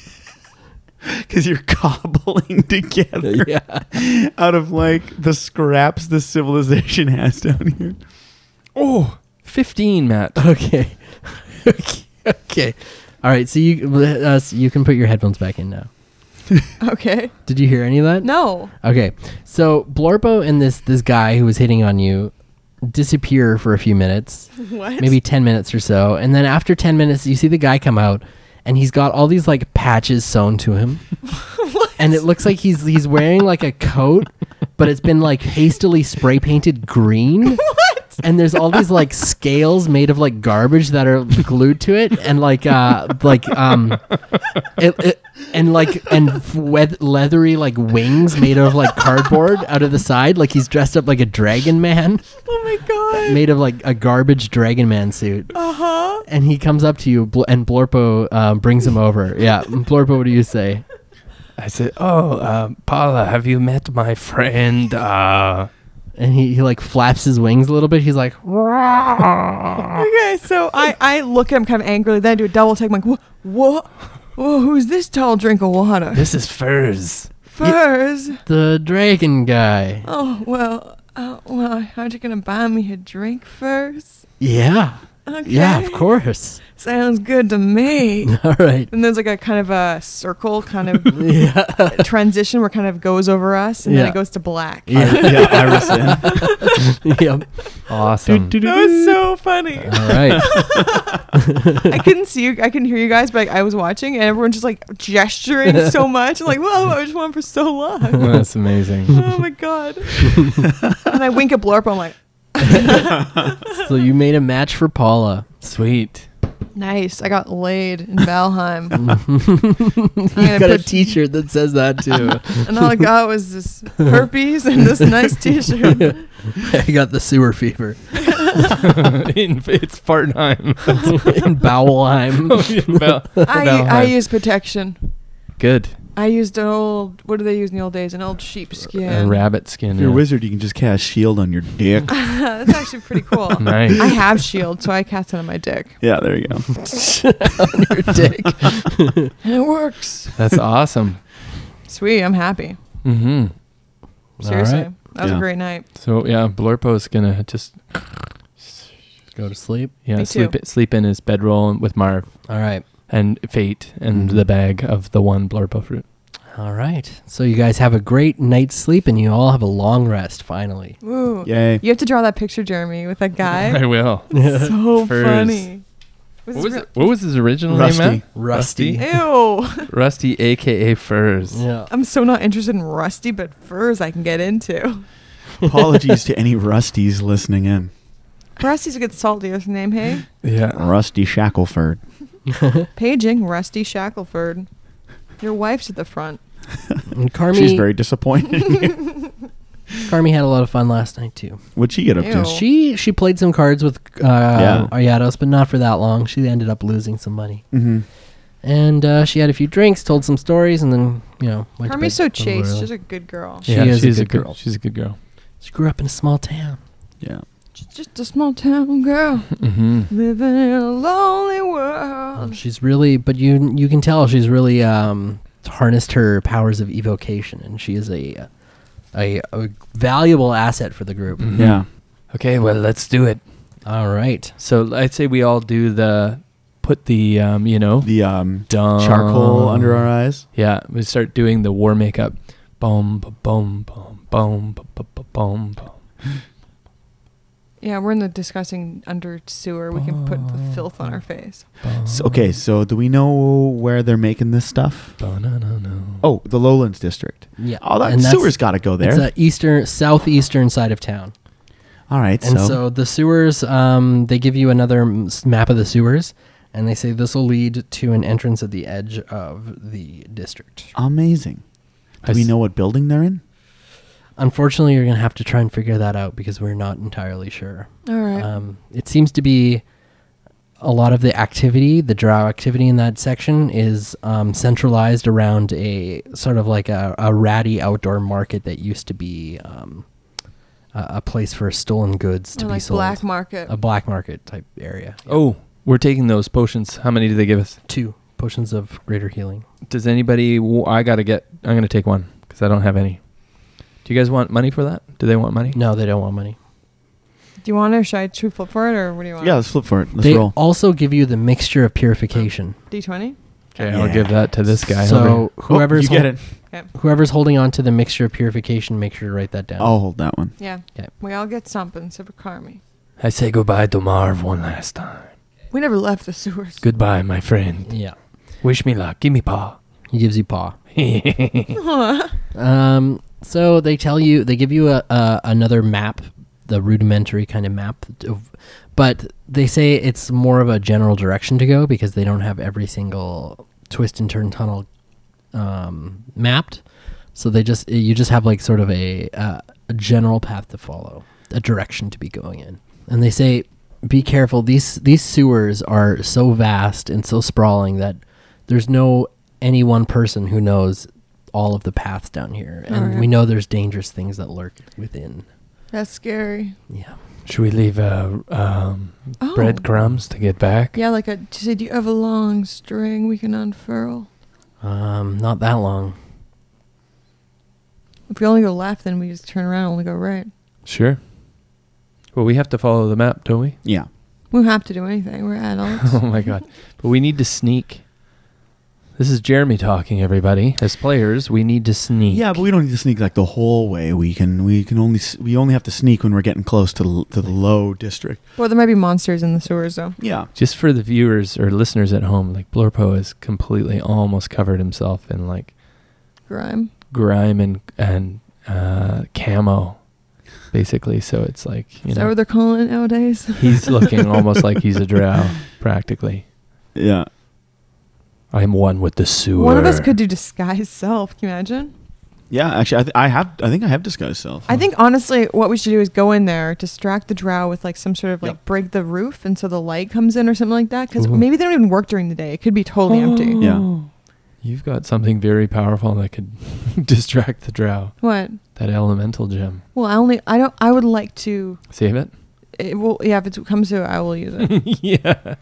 Speaker 3: because you're cobbling <laughs> together
Speaker 6: <laughs> Yeah.
Speaker 3: out of like the scraps the civilization has down here.
Speaker 2: Oh, 15, Matt.
Speaker 6: Okay. <laughs> okay. Okay. All right. So you uh, so you can put your headphones back in now.
Speaker 5: Okay.
Speaker 6: Did you hear any of that?
Speaker 5: No.
Speaker 6: Okay, so Blorpo and this this guy who was hitting on you disappear for a few minutes,
Speaker 5: <laughs> What?
Speaker 6: maybe ten minutes or so, and then after ten minutes, you see the guy come out, and he's got all these like patches sewn
Speaker 5: <laughs>
Speaker 6: to him, and it looks like he's he's wearing like a coat, but it's been like hastily spray painted green.
Speaker 5: <laughs> What?
Speaker 6: And there's all these like scales made of like garbage that are glued to it, and like uh like um it, it, and like and weth- leathery like wings made of like cardboard out of the side like he's dressed up like a dragon <laughs> man
Speaker 5: Oh my god.
Speaker 6: made of like a garbage dragon man suit
Speaker 5: Uh huh.
Speaker 6: and he comes up to you bl- and blorpo um, brings him over yeah <laughs> blorpo what do you say
Speaker 7: I said, Oh, uh, Paula, have you met my friend? Uh, <laughs>
Speaker 6: and he, he like flaps his wings a little bit he's like
Speaker 5: Okay, so I I look at him kind of angrily. Then I do a double take. I'm like, what? Whoa, who's this tall drink of water?
Speaker 7: this is Furs.
Speaker 5: Furs.
Speaker 6: the dragon guy
Speaker 5: Oh well. Uh, well, aren't you gonna buy me a drink first?
Speaker 6: yeah
Speaker 5: Okay.
Speaker 6: yeah of course
Speaker 5: Sounds good to me.
Speaker 6: <laughs> all right
Speaker 5: And there's like a kind of a circle kind of
Speaker 6: <laughs> yeah
Speaker 5: <laughs> transition where it kind of goes over us and then
Speaker 6: Yeah.
Speaker 5: it goes to black.
Speaker 6: yeah
Speaker 3: yeah, Iris
Speaker 6: <laughs>
Speaker 3: in.
Speaker 6: yep
Speaker 2: Awesome.
Speaker 5: <laughs> That was so funny.
Speaker 6: all right
Speaker 5: I couldn't see you. I couldn't hear you guys, but like, I was watching, and everyone's just like gesturing
Speaker 6: <laughs>
Speaker 5: so much. I'm like, whoa, I was one for so long.
Speaker 2: That's amazing. <laughs>
Speaker 5: <laughs> Oh my god! and I wink at Blorp. I'm like,
Speaker 6: so you made a match for paula
Speaker 2: Sweet.
Speaker 5: nice. I got laid in
Speaker 6: <laughs>
Speaker 5: Valheim,
Speaker 6: You've got a T-shirt that says that too.
Speaker 5: and all I got was this herpes and this
Speaker 6: <laughs>
Speaker 5: nice T-shirt.
Speaker 6: I got the sewer fever
Speaker 2: In, it's part time. <laughs>
Speaker 5: <laughs>
Speaker 6: in Bowelheim.
Speaker 5: Oh, I I use protection.
Speaker 2: Good.
Speaker 5: I used an old. What do they use in the old days? An old sheep
Speaker 2: A
Speaker 5: skin.
Speaker 2: rabbit skin.
Speaker 3: If you're a
Speaker 2: yeah.
Speaker 3: wizard, you can just cast shield on your dick.
Speaker 5: <laughs> That's actually pretty cool.
Speaker 2: Nice.
Speaker 5: I have shield, so I cast it on my dick,
Speaker 3: yeah, there you go.
Speaker 6: Your dick.
Speaker 5: and it works.
Speaker 2: That's awesome.
Speaker 5: Sweet. I'm happy.
Speaker 2: Mm-hmm.
Speaker 5: Seriously, that was
Speaker 3: Yeah.
Speaker 5: a great night.
Speaker 2: So yeah, Blurpo's gonna just
Speaker 6: Go to sleep.
Speaker 2: yeah
Speaker 5: Me
Speaker 2: sleep
Speaker 5: too.
Speaker 2: sleep in his bedroll with Marv
Speaker 6: All right.
Speaker 2: and Fate and
Speaker 3: Mhm.
Speaker 2: the bag of the one Blurpo fruit.
Speaker 6: All right. So you guys have a great night's sleep, and you all have a long rest finally.
Speaker 5: Woo.
Speaker 3: Yay.
Speaker 5: You have to draw that picture, Jeremy, with that guy.
Speaker 2: <laughs> I will.
Speaker 5: so
Speaker 2: Furs.
Speaker 5: funny. This
Speaker 2: What
Speaker 5: is
Speaker 2: was, it, what was his original name?
Speaker 3: Rusty.
Speaker 6: Rusty.
Speaker 5: real- Ew.
Speaker 2: Matt? Rusty, aka Furs.
Speaker 6: Yeah.
Speaker 5: I'm so not interested in Rusty, but furs I can get into.
Speaker 3: Apologies to any Rusties listening in.
Speaker 5: Rusty's a good salty with name, hey?
Speaker 2: Yeah.
Speaker 3: Rusty Shackleford.
Speaker 5: Paging Rusty Shackleford. Your wife's at the front.
Speaker 6: And Carmi.
Speaker 3: She's very disappointed.
Speaker 6: <laughs> Carmi had a lot of fun last night too.
Speaker 3: What'd she get up to?
Speaker 5: Ew.
Speaker 6: She she played some cards with
Speaker 3: Yeah.
Speaker 6: uh, Ariados, but not for that long. She ended up losing some money,
Speaker 3: Mm-hmm.
Speaker 6: and uh, she had a few drinks, told some stories, and then you know went to bed
Speaker 5: Carmi's so
Speaker 6: a little
Speaker 5: chaste.
Speaker 6: early.
Speaker 5: She's a good girl.
Speaker 6: She is a good girl.
Speaker 2: She's a good girl.
Speaker 6: She grew up in a small town.
Speaker 3: Yeah.
Speaker 5: She's just a small town girl
Speaker 2: Mm-hmm.
Speaker 5: living in a lonely
Speaker 6: Um,
Speaker 5: world.
Speaker 6: she's really, but you you can tell she's really um, harnessed her powers of evocation, and she is a, a a valuable asset for the group.
Speaker 2: Mhm.
Speaker 3: Yeah.
Speaker 2: Okay, well let's do it.
Speaker 6: All right,
Speaker 2: So I'd say we all do the put the um, you know
Speaker 3: The um,
Speaker 2: dumb,
Speaker 3: charcoal under our eyes.
Speaker 2: Yeah, we start doing the war makeup. Boom, ba- boom, boom, boom, ba- ba- ba- boom, boom.
Speaker 5: Yeah, we're in the disgusting under sewer. We can put
Speaker 6: Oh.
Speaker 5: the filth on our face.
Speaker 3: S- okay, so do we know where they're making this stuff?
Speaker 2: No, no, no, no.
Speaker 3: Oh, the Lowlands District.
Speaker 6: yeah.
Speaker 3: Oh, that
Speaker 6: and that's-
Speaker 3: sewer's got to go
Speaker 6: It's
Speaker 3: there.
Speaker 6: the eastern southeastern side of town.
Speaker 3: All right.
Speaker 6: And so,
Speaker 3: so,
Speaker 6: the sewers, um, they give you another m- s- map of the sewers, and they say this will lead to an entrance at the edge of the district.
Speaker 3: amazing. Do we know what building they're in?
Speaker 6: Unfortunately, you're going to have to try and figure that out because we're not entirely sure.
Speaker 5: All right.
Speaker 6: Um, it seems to be a lot of the activity, the drow activity in that section, is um, centralized around a sort of like a, a ratty outdoor market that used to be um, a, a place for stolen goods to
Speaker 5: Or
Speaker 6: be
Speaker 5: like
Speaker 6: sold.
Speaker 5: black market.
Speaker 6: a black market type area. Yeah.
Speaker 2: Oh, we're taking those potions. How many do they give us?
Speaker 6: Two potions of greater healing.
Speaker 2: Does anybody? w- I gotta get. I'm gonna take one because I don't have any. Do you guys want money for that? Do they want money?
Speaker 6: No, they don't want money.
Speaker 5: do you want it or should I true flip for it or what do you want?
Speaker 3: Yeah, let's flip for it. Let's
Speaker 6: they
Speaker 3: roll.
Speaker 6: also give you the mixture of purification.
Speaker 5: D twenty.
Speaker 2: Okay, I'll
Speaker 3: Yeah.
Speaker 2: give that to this guy. over
Speaker 6: so
Speaker 3: Oh,
Speaker 6: whoever's
Speaker 3: you get
Speaker 6: hol-
Speaker 3: it.
Speaker 6: whoever's holding on to the mixture of purification, make sure to write that down.
Speaker 3: I'll hold that one.
Speaker 5: Yeah.
Speaker 6: Okay.
Speaker 5: We all get something. So for Carmi.
Speaker 7: I say goodbye to Marv one last time.
Speaker 5: We never left the sewers.
Speaker 7: Goodbye, my friend.
Speaker 6: Yeah,
Speaker 7: Wish me luck. Give me paw.
Speaker 6: he gives
Speaker 3: <laughs>
Speaker 6: you paw.
Speaker 5: Aw.
Speaker 6: Um, so they tell you they give you a, a another map, the rudimentary kind of map, of, but they say it's more of a general direction to go because they don't have every single twist and turn tunnel um, mapped. So they just you just have like sort of a uh, a general path to follow, a direction to be going in, and they say be careful. These these sewers are so vast and so sprawling that there's no any one person who knows all of the paths down here, and
Speaker 5: Alright.
Speaker 6: we know there's dangerous things that lurk within.
Speaker 5: <laughs> That's scary.
Speaker 6: Yeah,
Speaker 7: Should we leave uh, um,
Speaker 5: Oh.
Speaker 7: breadcrumbs to get back?
Speaker 5: Yeah, like a. She said, "Do you have a long string we can unfurl?"
Speaker 6: um, not that long.
Speaker 5: If we only go left, then we just turn around and only go right.
Speaker 2: here. Sure. Well, we have to follow the map, don't we? <laughs>
Speaker 3: Yeah.
Speaker 5: We don't have to do anything. We're adults.
Speaker 6: <laughs>
Speaker 2: oh my god! But we need to sneak. This is Jeremy talking. Everybody, as players, we need to sneak.
Speaker 3: Yeah, but we don't need to sneak like the whole way. We can we can only s- we only have to sneak when we're getting close to the, to the low district.
Speaker 5: well, there might be monsters in the sewers, though.
Speaker 3: Yeah.
Speaker 2: just for the viewers or listeners at home, like Blorpo has completely almost covered himself in like
Speaker 5: Grime.
Speaker 2: grime and and uh, camo, basically. So it's like you
Speaker 5: Is that
Speaker 2: know
Speaker 5: what they're calling it nowadays?
Speaker 2: <laughs>
Speaker 5: <laughs>
Speaker 2: he's looking almost like he's a drow, practically.
Speaker 3: Yeah.
Speaker 7: I am one with the sewer.
Speaker 5: One of us could do disguise self. Can you imagine?
Speaker 3: Yeah, actually I, th- I have I think I have disguised self.
Speaker 5: I think honestly, what we should do is go in there, distract the drow with like some sort of like break the roof, and so the light comes in or something like that. Because
Speaker 2: Ooh. Oh.
Speaker 5: maybe they don't even work during the day; it could be totally empty.
Speaker 3: Yeah.
Speaker 2: You've got something very powerful that could <laughs> distract the drow.
Speaker 5: What?
Speaker 2: That elemental gem.
Speaker 5: Well, I only I don't I would like to.
Speaker 7: <laughs>
Speaker 2: Save it.
Speaker 5: It will yeah. If it comes to, it, I will use
Speaker 2: <laughs>
Speaker 5: it.
Speaker 2: yeah.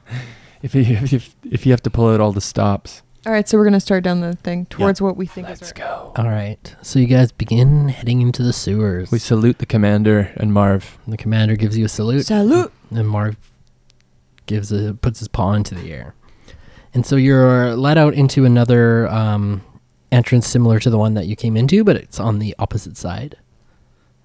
Speaker 2: If you, if, you, if you have to pull out all the stops.
Speaker 5: All right, so we're gonna start down the thing towards what we think is.
Speaker 2: Let's
Speaker 5: our-
Speaker 2: go.
Speaker 6: All right, so you guys begin heading into the sewers.
Speaker 2: We salute the commander and Marv.
Speaker 6: the commander gives you a salute.
Speaker 5: Salute.
Speaker 6: and Marv gives a puts his paw into the air, and so you're let out into another um, entrance similar to the one that you came into, but it's on the opposite side,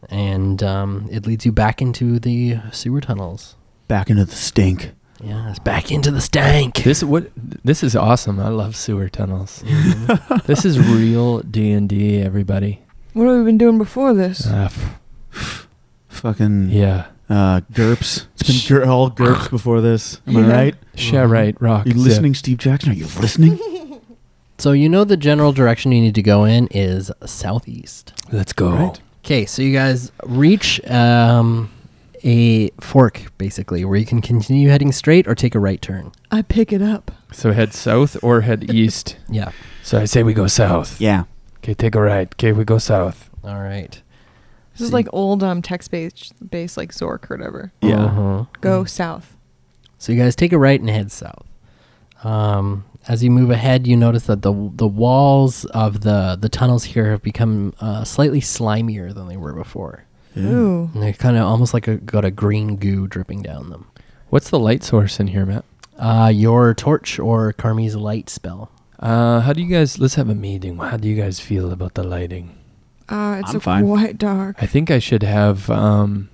Speaker 6: and um, it leads you back into the sewer tunnels.
Speaker 3: back into the stink.
Speaker 6: Yeah, it's back into the stank.
Speaker 2: This what this is awesome. I love sewer tunnels. this
Speaker 3: <laughs>
Speaker 2: is real D and D, everybody.
Speaker 5: What have we been doing before this?
Speaker 2: Ah, f-
Speaker 3: Fucking
Speaker 2: yeah,
Speaker 3: uh gerps. It's been ger- all gerps before this. Am I
Speaker 5: Yeah.
Speaker 3: right?
Speaker 2: yeah, right. Rock.
Speaker 3: Are you
Speaker 2: zip.
Speaker 3: listening, Steve Jackson? Are you
Speaker 5: <laughs>
Speaker 3: listening?
Speaker 6: <laughs> So you know the general direction you need to go in is southeast.
Speaker 7: Let's go.
Speaker 3: Right.
Speaker 6: Okay, so you guys reach um, a fork basically where you can continue heading straight or take a right turn.
Speaker 5: I pick it up.
Speaker 2: So head south or
Speaker 3: <laughs>
Speaker 2: head east.
Speaker 6: Yeah.
Speaker 7: So I say we go south.
Speaker 3: yeah.
Speaker 7: Okay, take a ride. Okay, we go south.
Speaker 6: All right.
Speaker 5: This is like old um text based based like Zork or whatever.
Speaker 3: Yeah.
Speaker 6: Uh-huh.
Speaker 5: Go south.
Speaker 6: So you guys take a right and head south. Um, as you move ahead, you notice that the the walls of the the tunnels here have become uh, slightly slimier than they were before.
Speaker 5: Ooh.
Speaker 6: And they're kind of almost like a, got a green goo dripping down them.
Speaker 2: What's the light source in here, Matt?
Speaker 6: Uh, your torch or Carmi's light spell.
Speaker 2: Uh, how do you guys? Let's have a meet.
Speaker 7: Meeting. How do you guys feel about the lighting?
Speaker 5: Uh, it's
Speaker 3: I'm
Speaker 5: a
Speaker 3: fine.
Speaker 5: quite dark.
Speaker 2: I think I should have um,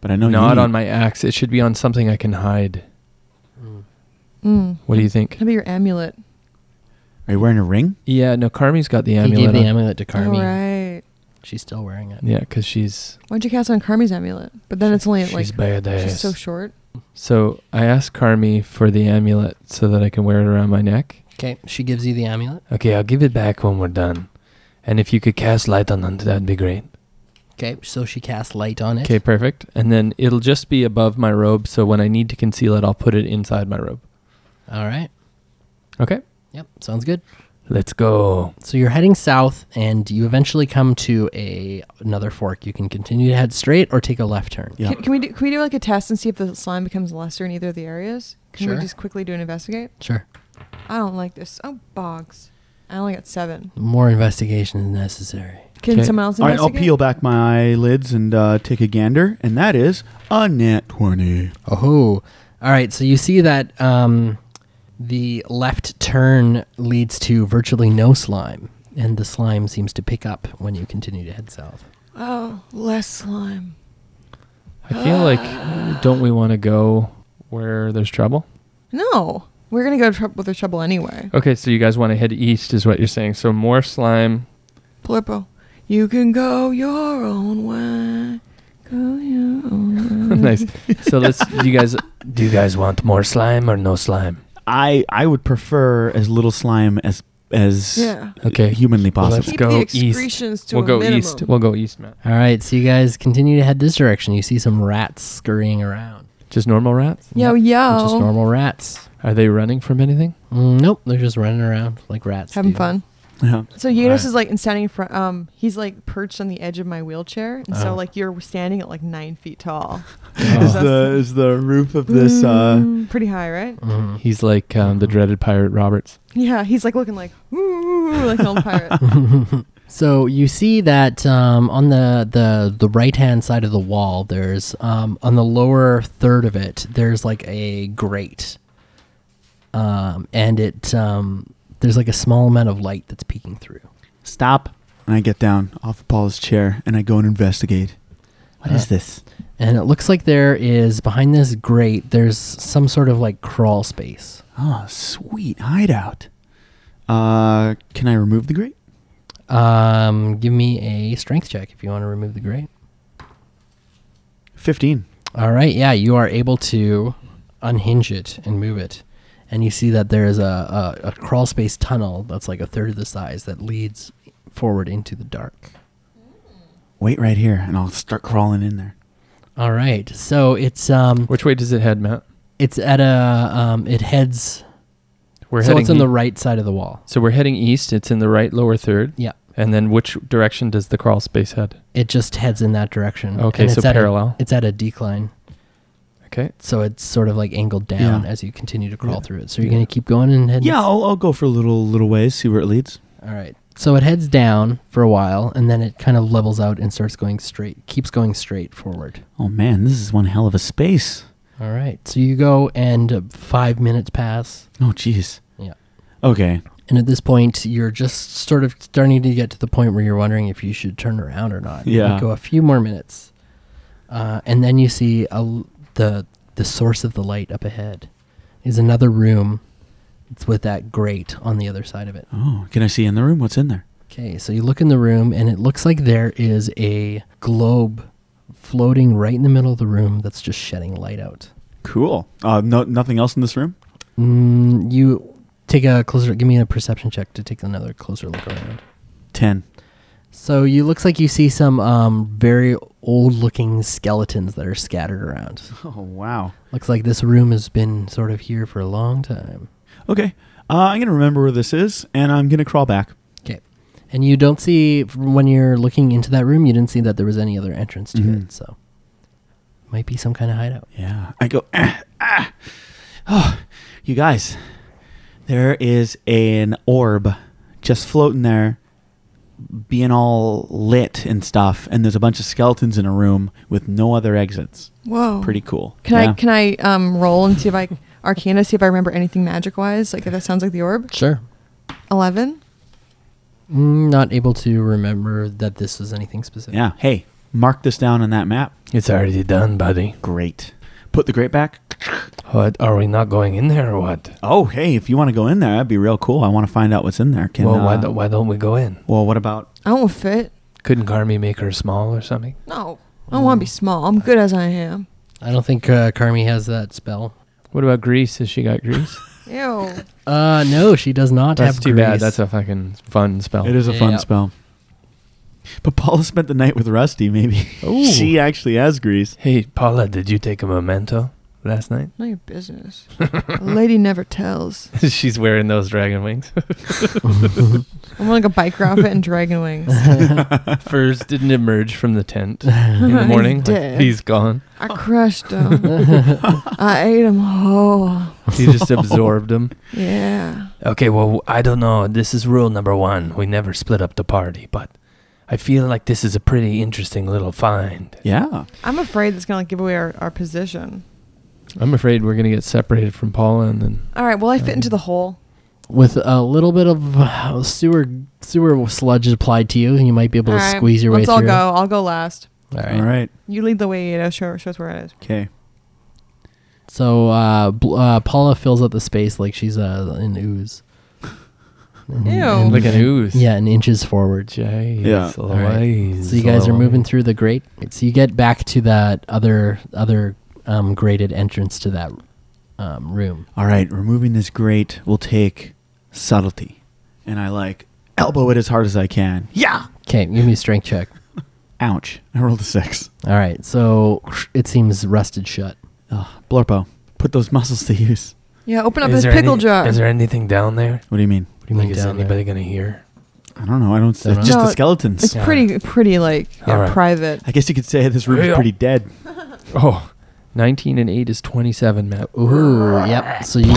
Speaker 3: But I know
Speaker 2: not
Speaker 3: you
Speaker 2: on my axe. It should be on something I can hide.
Speaker 5: Mm.
Speaker 2: What do you think?
Speaker 5: How about your amulet?
Speaker 3: Are you wearing a ring?
Speaker 2: Yeah, no. Carmi's got the
Speaker 6: He
Speaker 2: amulet.
Speaker 6: gave the
Speaker 2: on.
Speaker 6: amulet to Carmi.
Speaker 5: All right.
Speaker 6: She's still wearing it.
Speaker 2: Yeah, because she's
Speaker 5: Why'd you cast on Carmi's amulet? But then it's only at like
Speaker 7: She's badass.
Speaker 5: she's so short.
Speaker 2: so. I asked Carmi for the amulet so that I can wear it around my neck.
Speaker 6: Okay, she gives you the amulet.
Speaker 7: okay, I'll give it back when we're done. And if you could cast light on it, that'd be great.
Speaker 6: Okay, so she casts light on it.
Speaker 2: Okay, perfect. And then it'll just be above my robe, so when I need to conceal it, I'll put it inside my robe.
Speaker 6: All right.
Speaker 2: Okay.
Speaker 6: Yep, sounds good.
Speaker 7: Let's go.
Speaker 6: So you're heading south, and you eventually come to a another fork. You can continue to head straight or take a left turn.
Speaker 3: Yeah.
Speaker 5: Can, can we do, can we do like a test and see if the slime becomes lesser in either of the areas? Can
Speaker 6: Sure.
Speaker 5: we just quickly do an investigate?
Speaker 6: Sure.
Speaker 5: I don't like this. Oh, bogs. I only got seven.
Speaker 6: More investigation is necessary.
Speaker 5: Can
Speaker 2: Okay.
Speaker 5: someone else
Speaker 3: All right,
Speaker 5: investigate?
Speaker 3: I'll peel back my eyelids and uh, take a gander, and that is a net 20.
Speaker 6: Oh, all right. So you see that um, the left turn leads to virtually no slime, and the slime seems to pick up when you continue to head south.
Speaker 5: Oh, less slime.
Speaker 2: I feel like don't we want to go where there's trouble?
Speaker 5: No, we're gonna go to trouble with the trouble anyway.
Speaker 2: Okay, so you guys want to head east is what you're saying. So more slime. <laughs>
Speaker 5: Plurpo, you can go your own way. Go
Speaker 2: <laughs>
Speaker 5: your own way.
Speaker 2: nice.
Speaker 7: <laughs>
Speaker 2: So let's you guys
Speaker 7: Do you guys want more slime or no slime?
Speaker 3: I, I would prefer as little slime as as
Speaker 5: Yeah.
Speaker 2: Okay.
Speaker 3: humanly possible. <laughs>
Speaker 2: Let's
Speaker 5: Keep
Speaker 2: go
Speaker 5: the
Speaker 2: east.
Speaker 5: excretions to
Speaker 2: we'll
Speaker 5: a
Speaker 2: go
Speaker 5: minimum.
Speaker 2: east. We'll go east, Matt.
Speaker 6: All right. So you guys continue to head this direction. You see some rats scurrying around.
Speaker 2: Just normal rats?
Speaker 5: Yo
Speaker 6: Yep,
Speaker 5: yo.
Speaker 6: Just normal rats.
Speaker 2: Are they running from anything?
Speaker 6: Mm, nope, they're just running around like rats.
Speaker 5: Having
Speaker 6: do.
Speaker 5: fun.
Speaker 3: Yeah.
Speaker 5: So Yanos
Speaker 6: Alright.
Speaker 5: is like and standing in front. Um, he's like perched on the edge of my wheelchair, and
Speaker 2: Uh-huh.
Speaker 5: so like you're standing at like nine feet tall.
Speaker 3: Is
Speaker 5: Oh.
Speaker 3: the is the roof of this uh,
Speaker 5: Mm, pretty high, right?
Speaker 6: Mhm.
Speaker 2: He's like um, the dreaded pirate Roberts.
Speaker 5: Yeah, he's like looking like ooh, like an old pirate.
Speaker 2: <laughs>
Speaker 6: So you see that um, on the, the, the right hand side of the wall, there's um, on the lower third of it, there's like a grate, um, and it um, there's like a small amount of light that's peeking through.
Speaker 3: stop? And I get down off of Paula's chair and I go and investigate. What is
Speaker 6: Uh,
Speaker 3: this?
Speaker 6: And it looks like there is behind this grate, there's some sort of like crawl space.
Speaker 3: Oh, sweet hideout. Uh, can I remove the grate?
Speaker 6: Um, give me a strength check if you want to remove the grate.
Speaker 3: Fifteen.
Speaker 6: All right, yeah, you are able to unhinge it and move it, and you see that there is a, a, a crawl space tunnel that's like a third of the size that leads forward into the dark.
Speaker 3: Wait right here, and I'll start crawling in there.
Speaker 6: All right, so it's um
Speaker 2: Which way does it head, Matt?
Speaker 6: it's at a um it heads
Speaker 2: We're
Speaker 6: so
Speaker 2: heading
Speaker 6: it's on
Speaker 2: e-
Speaker 6: the right side of the wall.
Speaker 2: So we're heading east. It's in the right lower third.
Speaker 6: Yeah.
Speaker 2: And then which direction does the crawl space head?
Speaker 6: It just heads in that direction.
Speaker 2: Okay,
Speaker 6: and
Speaker 2: so
Speaker 6: it's at a-
Speaker 2: parallel.
Speaker 6: it's at a decline,
Speaker 2: Okay.
Speaker 6: so it's sort of like angled down
Speaker 3: Yeah.
Speaker 6: as you continue to crawl
Speaker 3: Yeah.
Speaker 6: through it. So you're gonna keep going and head.
Speaker 3: Yeah, I'll, I'll go for a little little ways, see where it leads.
Speaker 6: All right. So it heads down for a while, and then it kind of levels out and starts going straight, keeps going straight forward.
Speaker 3: Oh man, this is one hell of a space.
Speaker 6: All right. So you go, and uh, five minutes pass.
Speaker 3: Oh jeez.
Speaker 6: Yeah.
Speaker 3: Okay.
Speaker 6: And at this point, you're just sort of starting to get to the point where you're wondering if you should turn around or not. You
Speaker 3: Yeah.
Speaker 6: go a few more minutes, uh, and then you see a l the the source of the light up ahead is another room. It's with that grate on the other side of it.
Speaker 3: Oh, can I see in the room? What's in there?
Speaker 6: Okay, so you look in the room, and it looks like there is a globe floating right in the middle of the room that's just shedding light out.
Speaker 3: Cool. Uh, no, nothing else in this room.
Speaker 6: Mm, you take a closer, give me a perception check to take another closer look around.
Speaker 3: Ten.
Speaker 6: So you looks like you see some um, very old-looking skeletons that are scattered around.
Speaker 3: Oh wow.
Speaker 6: Looks like this room has been sort of here for a long time.
Speaker 3: Okay. Uh, I'm gonna remember where this is, and I'm gonna crawl back.
Speaker 6: Okay. And you don't see from when you're looking into that room, you didn't see that there was any other entrance to
Speaker 3: Mhm.
Speaker 6: it. So might be some kind of hideout.
Speaker 3: Yeah. I go. Ah, ah. Oh, you guys, there is an orb just floating there, being all lit and stuff, and there's a bunch of skeletons in a room with no other exits.
Speaker 5: Whoa.
Speaker 3: Pretty cool.
Speaker 5: Can I
Speaker 3: Yeah.
Speaker 5: can I um roll and see if I arcana see if I remember anything magic wise? Like if that sounds like the orb.
Speaker 6: Sure.
Speaker 5: Eleven.
Speaker 6: Mm, Not able to remember that this was anything specific.
Speaker 3: yeah. Hey, mark this down on that map.
Speaker 7: It's already done, buddy.
Speaker 3: Great. Put the grate back.
Speaker 7: What are we not going in there or what?
Speaker 3: Oh, hey, if you want to go in there, that'd be real cool. I want to find out what's in there. Can
Speaker 7: well, why,
Speaker 3: uh,
Speaker 7: don't, why don't we go in?
Speaker 3: well, what about
Speaker 5: I don't fit.
Speaker 2: Couldn't Carmi make her small or something?
Speaker 5: No, I don't
Speaker 2: Mm.
Speaker 5: want to be small. I'm good as I am.
Speaker 6: I don't think uh, Carmi has that spell.
Speaker 2: What about Greece? Has she got Greece?
Speaker 5: Ew.
Speaker 6: Uh, no, she does not
Speaker 2: That's
Speaker 6: have
Speaker 2: too bad.
Speaker 6: grease.
Speaker 2: That's a fucking fun spell.
Speaker 3: It is a
Speaker 6: Yeah,
Speaker 3: fun
Speaker 6: yeah.
Speaker 3: spell. But Paula spent the night with Rusty, maybe.
Speaker 2: Ooh.
Speaker 3: <laughs> she actually has grease.
Speaker 2: Hey, Paula, did you take a memento last night?
Speaker 5: None of your business. A lady never tells.
Speaker 2: <laughs> She's wearing those dragon wings.
Speaker 5: I'm like a biker outfit and dragon wings.
Speaker 2: Furs didn't emerge from the <laughs> tent in the morning.
Speaker 5: He's
Speaker 2: Like,
Speaker 5: dead.
Speaker 2: he's gone. <laughs>
Speaker 5: I crushed them. I ate them whole.
Speaker 2: He <laughs> just absorbed them.
Speaker 5: Yeah.
Speaker 2: Okay, well, I don't know. This is rule number one. We never split up the party, but I feel like this is a pretty interesting little find.
Speaker 3: Yeah.
Speaker 5: I'm afraid that's gonna like, give away our, our position.
Speaker 2: I'm afraid we're going to get separated from Paula and then.
Speaker 5: All right. Well, I fit into
Speaker 2: Mm-hmm.
Speaker 5: the hole.
Speaker 6: With a little bit of uh, sewer sewer sludge applied to you, and you might be able
Speaker 5: All
Speaker 6: to
Speaker 5: right,
Speaker 6: squeeze your
Speaker 5: Let's
Speaker 6: way
Speaker 5: all
Speaker 6: through.
Speaker 5: go. I'll go last.
Speaker 6: All right.
Speaker 3: All right.
Speaker 5: You lead the way. You know, show, show us where it is.
Speaker 3: Okay.
Speaker 6: So uh, bl- uh, Paula fills up the space like she's uh, in ooze. And-
Speaker 2: Mm-hmm.
Speaker 5: Ew.
Speaker 6: and-
Speaker 2: Like an ooze.
Speaker 6: Yeah, and inches forward.
Speaker 2: Jeez
Speaker 3: Yeah.
Speaker 6: All right. So you guys are moving through the grate. So you get back to that other other um, grated entrance to that um, room.
Speaker 3: All right. Removing this grate will take subtlety. And I like elbow it as hard as I can. Yeah.
Speaker 6: Okay, give me a strength check.
Speaker 3: Ouch. I rolled a six.
Speaker 6: All right, so it seems rusted shut.
Speaker 3: Ugh, Blorpo, put those muscles to use.
Speaker 5: Yeah. Open up
Speaker 2: Is
Speaker 5: this
Speaker 2: there
Speaker 5: pickle
Speaker 2: any-
Speaker 5: jar.
Speaker 2: Is there anything down there?
Speaker 3: What do you mean?
Speaker 6: What do you mean
Speaker 2: like, is
Speaker 6: down there?
Speaker 2: anybody going to hear?
Speaker 3: I don't know. I don't.
Speaker 6: Don't know.
Speaker 3: It's just
Speaker 5: No,
Speaker 3: the skeletons.
Speaker 5: it's
Speaker 2: Yeah.
Speaker 5: pretty pretty like yeah,
Speaker 2: All right.
Speaker 5: private.
Speaker 3: I guess you could say this room is
Speaker 2: Yeah.
Speaker 3: pretty dead.
Speaker 2: Oh, 19 and 8 is 27, Matt.
Speaker 6: Ooh, yep. So you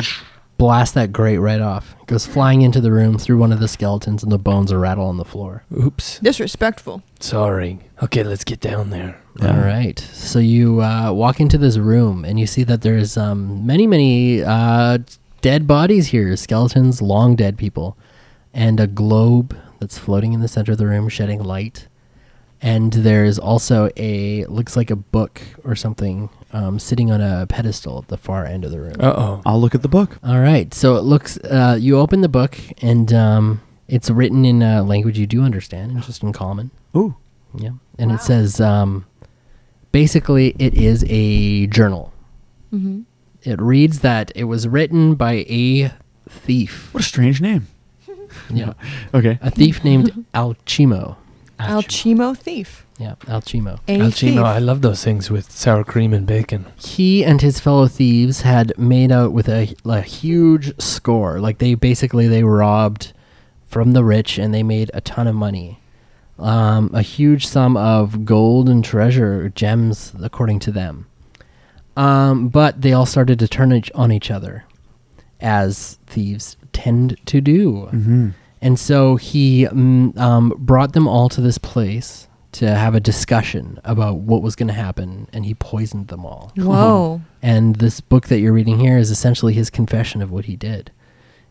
Speaker 6: blast that grate right off. It goes flying into the room through one of the skeletons, and the bones are rattle on the floor.
Speaker 2: Oops.
Speaker 5: Disrespectful.
Speaker 2: Sorry. Okay, let's get down there.
Speaker 3: Yeah.
Speaker 6: All right. So you uh, walk into this room and you see that there's um, many, many uh, dead bodies here skeletons, long dead people, and a globe that's floating in the center of the room, shedding light. And there's also a, looks like a book or something, um, sitting on a pedestal at the far end of the room.
Speaker 2: Uh oh.
Speaker 3: I'll look at the book.
Speaker 6: All right. So it looks, uh, you open the book and um, it's written in a language you do understand, and just in common.
Speaker 3: Ooh.
Speaker 6: Yeah. And it says um, basically it is a journal.
Speaker 5: Mm-hmm.
Speaker 6: It reads that it was written by a
Speaker 3: <laughs>
Speaker 6: thief.
Speaker 3: What a strange name.
Speaker 6: Yeah.
Speaker 3: Okay.
Speaker 6: A
Speaker 5: <laughs>
Speaker 6: thief named Alchimo.
Speaker 2: <laughs>
Speaker 5: Alchemo thief.
Speaker 6: Yeah, Alchimo.
Speaker 5: A thief.
Speaker 2: Alcino, I love those things with sour cream and bacon.
Speaker 6: He and his fellow thieves had made out with a, a huge score. Like they basically they robbed from the rich and they made a ton of money. Um, a huge sum of gold and treasure, gems, according to them. Um, but they all started to turn each- on each other, as thieves tend to do.
Speaker 3: Mm-hmm.
Speaker 6: And so he mm, um, brought them all to this place to have a discussion about what was going to happen, and he poisoned them all.
Speaker 5: Whoa.
Speaker 6: And this book that you're reading here is essentially his confession of what he did.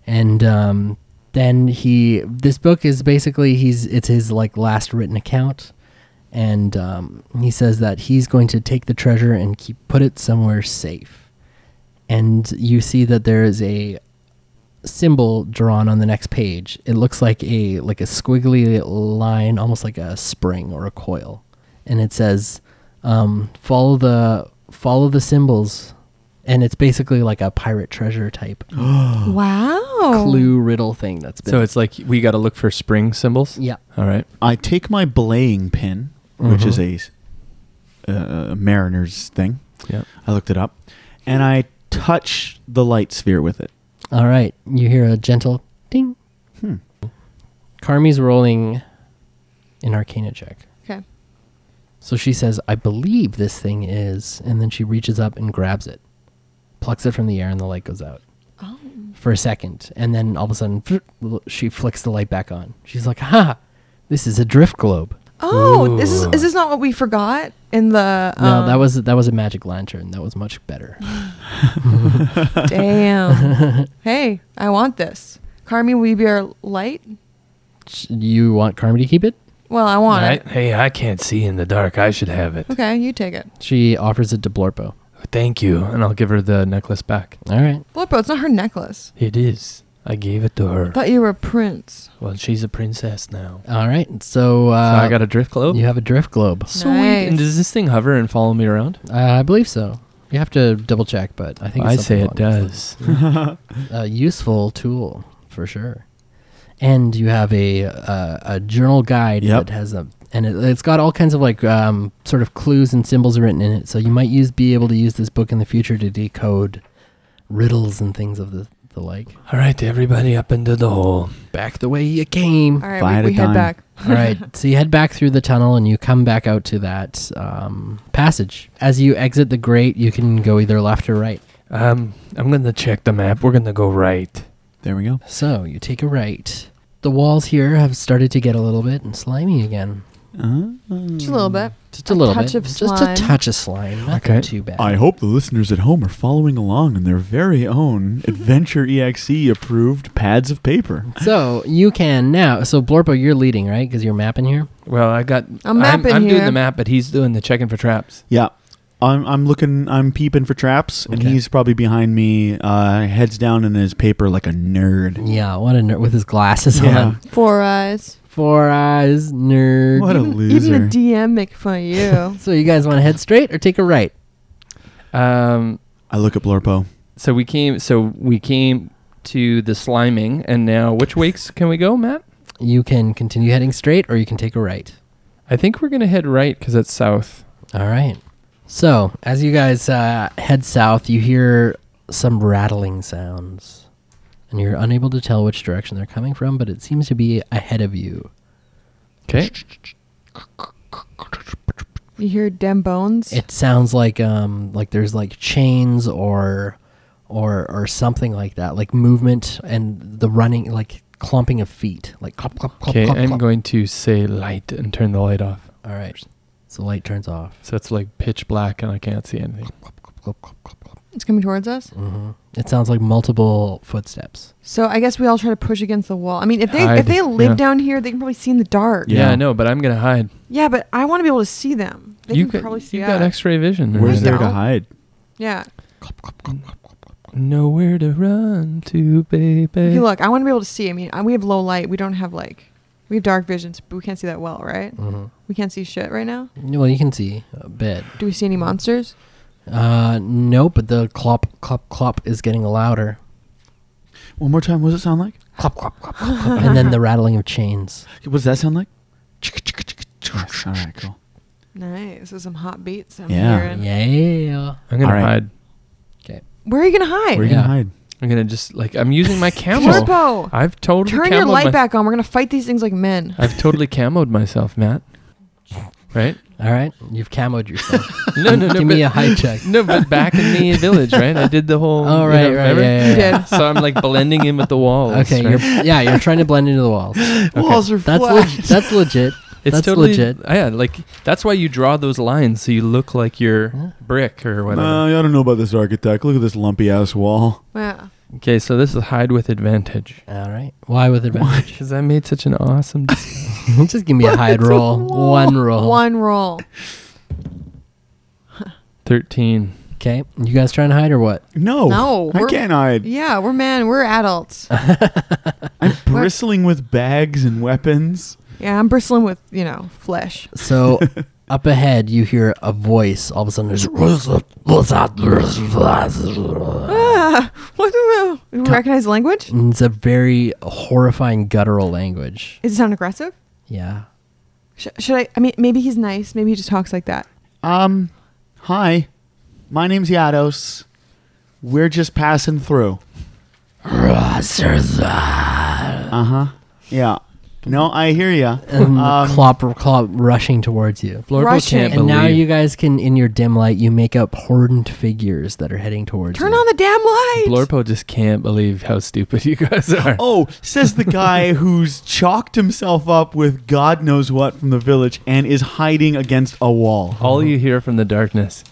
Speaker 6: And um, then he, this book is basically he's it's his like last written account, and um, he says that he's going to take the treasure and keep put it somewhere safe. And you see that there is a symbol drawn on the next page. It looks like a like a squiggly line, almost like a spring or a coil, and it says, um, "Follow the follow the symbols," and it's basically like a pirate treasure type
Speaker 5: Wow.
Speaker 6: clue riddle thing that's been.
Speaker 2: So it's like we got to look for spring symbols.
Speaker 6: yeah,
Speaker 2: All right.
Speaker 3: I take my belaying pin, which is a s- uh, mariner's thing.
Speaker 2: Yep.
Speaker 3: I looked it up, and I touch the light sphere with it.
Speaker 6: all right. You hear a gentle ding.
Speaker 3: Hmm.
Speaker 6: Carmi's rolling an Arcana check.
Speaker 5: Okay.
Speaker 6: So she says, I believe this thing is, and then she reaches up and grabs it, plucks it from the air, and the light goes out
Speaker 5: Oh.
Speaker 6: for a second. And then all of a sudden, <laughs> she flicks the light back on. She's like, Ha! This is a drift globe.
Speaker 5: Oh, this is is this not what we forgot in the? Um,
Speaker 6: no, that was that was a magic lantern. That was much better.
Speaker 5: damn. hey, I want this. Carmi, will you be our light?
Speaker 6: Sh- You want Carmi to keep it?
Speaker 5: Well, I want
Speaker 2: All right.
Speaker 5: it.
Speaker 2: Hey, I can't see in the dark. I should have <laughs> it.
Speaker 5: Okay, you take it.
Speaker 6: She offers it to Blorpo.
Speaker 2: Thank you. And I'll give her the necklace back.
Speaker 6: All right.
Speaker 5: Blippo, it's not her necklace.
Speaker 2: It is. I gave it to her.
Speaker 5: thought you were a prince.
Speaker 2: Well, she's a princess now.
Speaker 6: All right.
Speaker 2: So
Speaker 6: So, uh,
Speaker 2: I got a drift globe.
Speaker 6: you have a drift globe.
Speaker 2: Sweet. And does this thing hover and follow me around?
Speaker 6: Uh, I believe so. You have to double check, but I think it's
Speaker 2: I say it
Speaker 6: something along those
Speaker 2: does.
Speaker 6: lines. A useful tool for sure. And you have a uh, a journal guide
Speaker 3: Yep.
Speaker 6: that has a and it, it's got all kinds of like um, sort of clues and symbols written in it. So you might use be able to use this book in the future to decode riddles and things of the the like.
Speaker 2: All right, everybody up into the hole.
Speaker 6: Back the way you came.
Speaker 5: All
Speaker 3: If I
Speaker 5: right,
Speaker 3: had
Speaker 5: we,
Speaker 3: a
Speaker 5: we head
Speaker 3: dime.
Speaker 5: back.
Speaker 6: All right. <laughs> So you head back through the tunnel and you come back out to that um, passage. As you exit the grate, you can go either left or right.
Speaker 2: Um, I'm gonna check the map. We're gonna go right.
Speaker 3: There we go.
Speaker 6: So you take a right. The walls here have started to get a little bit slimy again.
Speaker 3: Uh,
Speaker 5: Just a little bit.
Speaker 6: Just a,
Speaker 5: A
Speaker 6: little
Speaker 5: touch
Speaker 6: bit.
Speaker 5: of
Speaker 6: Just a
Speaker 5: slime.
Speaker 6: touch of slime. Nothing
Speaker 2: Okay.
Speaker 6: too bad.
Speaker 3: Ah. I hope the listeners at home are following along in their very
Speaker 5: <laughs>
Speaker 3: own Adventure EXE approved pads of paper.
Speaker 6: so you can now. So Blorpo, you're leading, right? Because you're mapping here.
Speaker 2: Well, I got.
Speaker 5: I'm mapping
Speaker 2: I'm doing
Speaker 5: here.
Speaker 2: the map, but he's doing the checking for traps.
Speaker 3: Yeah. I'm, I'm looking, I'm peeping for traps, and
Speaker 2: Okay.
Speaker 3: he's probably behind me, uh, heads down in his paper like a nerd.
Speaker 6: Yeah. What a nerd with his glasses
Speaker 3: Yeah.
Speaker 6: on.
Speaker 5: Four eyes.
Speaker 6: Four eyes,
Speaker 3: <laughs>
Speaker 6: nerd.
Speaker 3: What a
Speaker 5: even, Even
Speaker 3: loser.
Speaker 5: a DM make fun of
Speaker 6: <laughs>
Speaker 5: you.
Speaker 6: So you guys want to head straight or take a right?
Speaker 2: Um,
Speaker 3: I look at Blorpo.
Speaker 2: so we came. So we came to the sliming, and now which wakes can we go, Matt?
Speaker 6: You can continue heading straight or you can take a right.
Speaker 2: I think we're gonna head right because it's south.
Speaker 6: All right. So, as you guys uh, head south, you hear some rattling sounds. And you're unable to tell which direction they're coming from, but it seems to be ahead of you.
Speaker 2: Okay.
Speaker 5: you hear dem bones?
Speaker 6: It sounds like um like there's like chains or or or something like that, like movement and the running like clumping of feet, like clop clop clop
Speaker 2: Okay.
Speaker 6: clop.
Speaker 2: I'm
Speaker 6: clop.
Speaker 2: going to say light and turn the light off.
Speaker 6: All right. So light turns off.
Speaker 2: So it's like pitch black, and I can't see anything.
Speaker 5: It's coming towards us.
Speaker 6: hmm It sounds like multiple footsteps.
Speaker 5: So I guess we all try to push against the wall. I mean, if they
Speaker 2: Hide.
Speaker 5: if they live
Speaker 2: Yeah.
Speaker 5: down here, they can probably see in the dark.
Speaker 3: Yeah.
Speaker 2: Yeah, I know, but I'm gonna hide.
Speaker 5: Yeah, but I want to be able to see them. They can, probably see
Speaker 2: you
Speaker 5: us.
Speaker 2: got X-ray vision. man.
Speaker 3: Where's
Speaker 5: Where's
Speaker 3: there to
Speaker 5: down?
Speaker 3: hide?
Speaker 5: yeah.
Speaker 2: Nowhere to run to, baby.
Speaker 5: Hey, look, I want to be able to see. I mean, I- we have low light. We don't have like we have dark visions, but we can't see that well, right?
Speaker 6: Mm-hmm.
Speaker 5: We can't see shit right now.
Speaker 6: Well, you can see a bit.
Speaker 5: Do we see any monsters?
Speaker 6: Uh, no, but the clop clop clop is getting louder,
Speaker 3: One more time. What does it sound like?
Speaker 6: clop clop clop, clop, clop. <laughs> and then the rattling of chains.
Speaker 3: What does that sound like? Yes, All right, cool.
Speaker 5: Nice. There's some hot beats. I'm
Speaker 3: Yeah.
Speaker 5: hearing.
Speaker 6: Yeah.
Speaker 2: I'm gonna
Speaker 3: All right.
Speaker 2: hide.
Speaker 5: Where are you gonna
Speaker 3: Where are
Speaker 5: hide?
Speaker 3: you going
Speaker 6: Yeah.
Speaker 3: to hide?
Speaker 2: I'm gonna just like I'm using
Speaker 5: <laughs>
Speaker 2: my camo.
Speaker 5: Corpo,
Speaker 2: I've totally
Speaker 5: turn your
Speaker 2: camoed
Speaker 5: light
Speaker 2: my-
Speaker 5: back on. We're gonna fight these things like men.
Speaker 2: I've totally camoed myself, Matt. Right? <laughs>
Speaker 6: All right, you've camoed yourself.
Speaker 2: No, no, no.
Speaker 6: Give
Speaker 2: but,
Speaker 6: me a
Speaker 2: <laughs>
Speaker 6: high check.
Speaker 2: no, but back in the village, right? I did the whole.
Speaker 6: All
Speaker 2: you
Speaker 6: Oh, right,
Speaker 2: know,
Speaker 6: right,
Speaker 2: remember?
Speaker 6: yeah, yeah,
Speaker 5: You
Speaker 6: yeah.
Speaker 5: did.
Speaker 2: So I'm like blending in with the walls.
Speaker 6: Okay,
Speaker 2: right?
Speaker 6: you're yeah, you're trying to blend into the walls.
Speaker 3: Walls are
Speaker 6: That's
Speaker 3: flat.
Speaker 6: leg- that's legit.
Speaker 2: it's
Speaker 6: that's
Speaker 2: totally oh,
Speaker 6: legit.
Speaker 2: Yeah, like that's why you draw those lines so you look like you're
Speaker 6: Yeah.
Speaker 2: brick or whatever.
Speaker 3: No, I don't know about this architect. Look at this lumpy ass wall.
Speaker 5: Yeah.
Speaker 2: Okay, so this is hide with advantage.
Speaker 6: All right, why with advantage?
Speaker 2: Because I made such an awesome.
Speaker 6: <laughs> Just give me a hide roll, one roll.
Speaker 5: One roll.
Speaker 2: Thirteen.
Speaker 6: Okay, you guys trying to hide or what?
Speaker 3: No.
Speaker 5: No,
Speaker 3: I
Speaker 5: we're-
Speaker 3: can't hide.
Speaker 5: Yeah, we're men. We're adults.
Speaker 3: I'm bristling with bags and weapons.
Speaker 5: yeah, I'm bristling with you know flesh.
Speaker 6: So up ahead, you hear a voice. All of a sudden, there's
Speaker 5: Ah, <laughs> what do we recognize language?
Speaker 6: And <laughs> it's a very horrifying guttural language.
Speaker 5: Is it sound aggressive?
Speaker 6: Yeah.
Speaker 5: Sh- should I? I mean, maybe he's nice. Maybe he just talks like that.
Speaker 3: Um, hi. My name's Yados. We're just passing through. Uh huh. Yeah. No, I hear ya.
Speaker 6: And
Speaker 3: Um,
Speaker 6: clop clop rushing towards you.
Speaker 2: Blorbo
Speaker 5: Russian.
Speaker 2: can't
Speaker 6: And now
Speaker 2: believe-
Speaker 6: you guys can in your dim light you make out hordened figures that are heading towards
Speaker 5: Turn
Speaker 6: you.
Speaker 5: on the damn light.
Speaker 2: Blorpo just can't believe how stupid you guys <laughs> are.
Speaker 3: Oh, says the <laughs> guy who's chalked himself up with God knows what from the village and is hiding against a wall.
Speaker 2: All you hear from the darkness.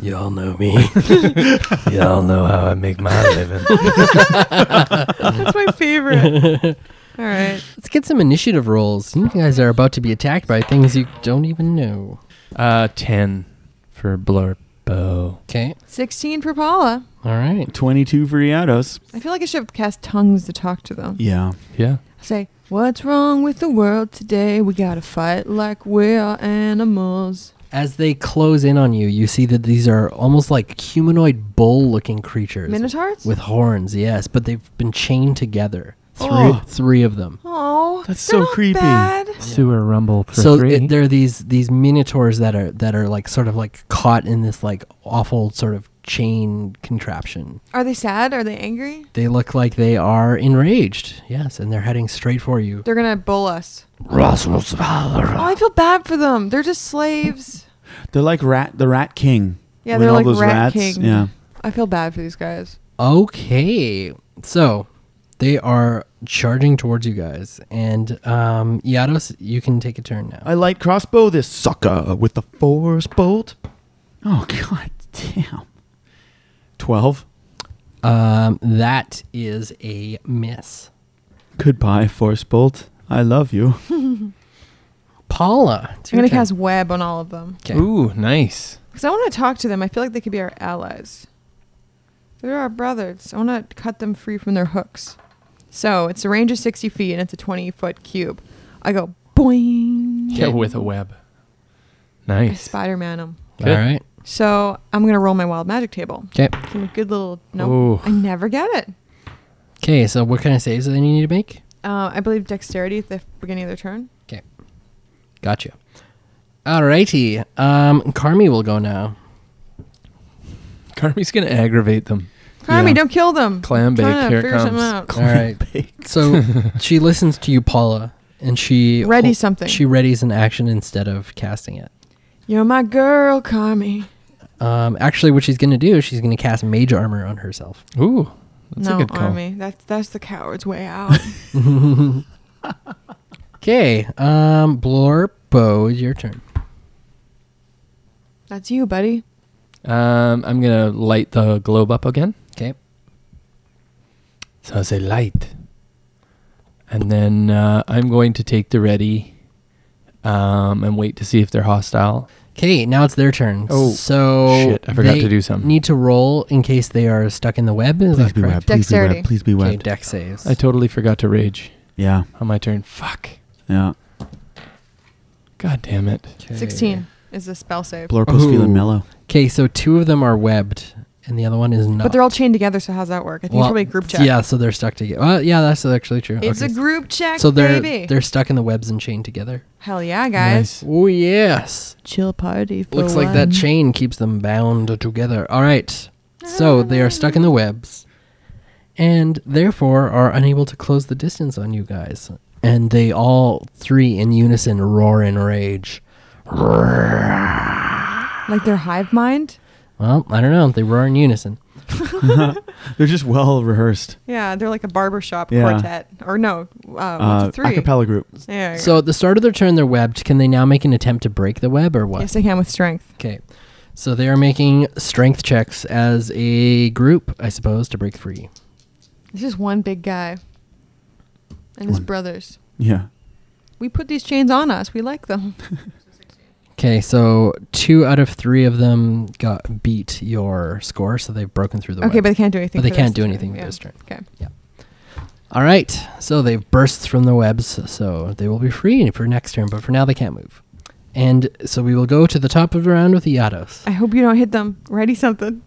Speaker 6: Y'all know me.
Speaker 2: Y'all know how I make my <laughs> living.
Speaker 5: That's my favorite.
Speaker 3: <laughs>
Speaker 5: All right.
Speaker 6: <laughs> Let's get some initiative rolls. You guys are about to be attacked by things you don't even know.
Speaker 2: Uh, ten for Blorp. Bow.
Speaker 6: Okay.
Speaker 5: 16 for Paula.
Speaker 6: All right.
Speaker 3: 22 for Yados.
Speaker 5: I feel like I should have cast tongues to talk to them.
Speaker 3: Yeah.
Speaker 2: Yeah.
Speaker 5: Say, what's wrong with the world today? We gotta fight like we're animals.
Speaker 6: As they close in on you, you see that these are almost like humanoid bull-looking creatures
Speaker 5: Minotaurs?
Speaker 6: with horns. Yes, but they've been chained together. Three,
Speaker 3: Oh.
Speaker 6: three of them.
Speaker 5: Oh,
Speaker 3: That's
Speaker 5: they're
Speaker 3: so
Speaker 5: not
Speaker 3: creepy.
Speaker 5: Bad.
Speaker 7: Sewer rumble for
Speaker 6: so
Speaker 7: three.
Speaker 6: it, there are these these minotaurs that are that are like sort of like caught in this like awful sort of chain contraption.
Speaker 5: Are they sad? Are they angry?
Speaker 6: They look like they are enraged. Yes, and they're heading straight for you.
Speaker 5: They're gonna bull us. Oh,
Speaker 3: Ah.
Speaker 5: I feel bad for them. They're just slaves.
Speaker 3: They're like rat, the Rat King.
Speaker 5: Yeah,
Speaker 3: When
Speaker 5: they're
Speaker 3: all
Speaker 5: like
Speaker 3: those
Speaker 5: rat
Speaker 3: rats-
Speaker 5: king.
Speaker 3: yeah.
Speaker 5: I feel bad for these guys.
Speaker 6: Okay, so they are charging towards you guys, and um, Yados, you can take a turn now.
Speaker 5: Uh,
Speaker 3: I light crossbow this sucker with the force bolt. Oh, <laughs> god damn. 12.
Speaker 6: Um, that is a miss.
Speaker 3: Goodbye, force bolt. I love you.
Speaker 6: Paula, it's
Speaker 5: I'm
Speaker 6: your
Speaker 5: gonna
Speaker 6: turn.
Speaker 5: cast web on all of them
Speaker 6: 'Kay.
Speaker 2: Ooh, nice.
Speaker 5: because I want to talk to them. I feel like they could be our allies. They're our brothers. I want to cut them free from their hooks. So it's a range of 60 feet and it's a 20 foot cube. I go boing.
Speaker 2: Yeah, with a web.
Speaker 5: I
Speaker 2: Nice.
Speaker 5: Spider Man them.
Speaker 6: All right.
Speaker 5: So I'm gonna roll my wild magic table.
Speaker 6: 'Kay.
Speaker 5: Give me a good little. Nope.
Speaker 2: Ooh.
Speaker 5: I never get it.
Speaker 6: Okay, so what kind of saves do they need to make?
Speaker 5: Uh, I believe dexterity at the beginning of their turn.
Speaker 6: Gotcha. Alrighty. Um, Carmi will
Speaker 2: <laughs>
Speaker 6: go now.
Speaker 2: Carmi's gonna aggravate them.
Speaker 5: Carmi,
Speaker 3: Yeah.
Speaker 5: don't kill them.
Speaker 2: Clam bake,
Speaker 5: Tryna
Speaker 2: here
Speaker 5: figure
Speaker 2: comes.
Speaker 5: something out.
Speaker 6: <laughs>
Speaker 3: <laughs>
Speaker 6: All right. So she listens to you, Paula, and she
Speaker 5: Ready something.
Speaker 6: She readies an action instead of casting it.
Speaker 5: You're my girl, Carmi.
Speaker 6: Um, actually, what she's gonna do is she's gonna cast mage armor on herself.
Speaker 2: Ooh, that's
Speaker 5: no,
Speaker 2: a good call.
Speaker 5: Army. That's that's the coward's
Speaker 2: <laughs>
Speaker 5: way out.
Speaker 6: Okay. Um, Blorpo, it's your turn.
Speaker 5: that's you, buddy.
Speaker 2: Um, I'm gonna light the globe up again.
Speaker 6: Okay.
Speaker 2: So I say light, and then uh, I'm going to take the ready, um, and wait to see if they're hostile.
Speaker 6: Okay. Now it's their turn.
Speaker 2: Oh,
Speaker 6: so
Speaker 2: shit, I forgot
Speaker 6: they
Speaker 2: to do something.
Speaker 6: Need to roll in case they are stuck in the web. Is
Speaker 3: Please
Speaker 6: that
Speaker 3: be
Speaker 6: correct?
Speaker 3: web. Please be
Speaker 5: Dexterity.
Speaker 3: web. Please be
Speaker 6: Okay.
Speaker 3: web.
Speaker 6: Deck saves.
Speaker 2: I totally forgot to rage
Speaker 3: Yeah.
Speaker 2: on my turn. Fuck.
Speaker 3: Yeah.
Speaker 2: God damn it.
Speaker 5: 16 is the spell save.
Speaker 3: Blorpo's
Speaker 6: Ooh.
Speaker 3: feeling mellow.
Speaker 6: Okay, so two of them are webbed, and the other one is not.
Speaker 5: But they're all chained together, so how's that work? I think it's
Speaker 6: Well,
Speaker 5: probably a group check.
Speaker 6: Yeah, so they're stuck together. Well, yeah, that's actually true.
Speaker 5: It's
Speaker 6: Okay.
Speaker 5: a group check,
Speaker 6: so they're
Speaker 5: baby.
Speaker 6: they're stuck in the webs and chained together.
Speaker 5: Hell yeah, guys.
Speaker 2: Nice.
Speaker 6: Oh yes,
Speaker 5: Chill party. For
Speaker 6: looks like that chain keeps them bound together. All right, so they are stuck in the webs, and therefore are unable to close the distance on you guys. And they all three in unison roar in rage.
Speaker 5: Like their hive mind.
Speaker 6: Well, I don't know. They roar in unison.
Speaker 3: They're just well rehearsed.
Speaker 5: Yeah, they're like a barbershop
Speaker 3: Yeah.
Speaker 5: quartet, or no, uh,
Speaker 3: Uh,
Speaker 5: what's it, three.
Speaker 3: acapella group.
Speaker 5: Yeah.
Speaker 6: So at the start of their turn, they're webbed. Can they now make an attempt to break the web or what?
Speaker 5: yes, they can with strength.
Speaker 6: Okay. So they are making strength checks as a group, I suppose, to break free.
Speaker 5: This is one big guy, and his
Speaker 3: One.
Speaker 5: brothers.
Speaker 3: Yeah.
Speaker 5: We put these chains on us. We like them.
Speaker 6: Okay, so two out of three of them got beat your score, so they've broken through <laughs> the
Speaker 5: okay,
Speaker 6: web.
Speaker 5: but they can't do anything.
Speaker 6: But they
Speaker 5: for
Speaker 6: can't
Speaker 5: this
Speaker 6: do
Speaker 5: turn.
Speaker 6: anything with
Speaker 5: Yeah.
Speaker 6: this turn.
Speaker 5: Okay.
Speaker 6: All right, so they've burst from the webs, so they will be free for next turn. But for now, they can't move. And so we will go to the top of the round with the Yados.
Speaker 5: I hope you don't hit them. Ready something.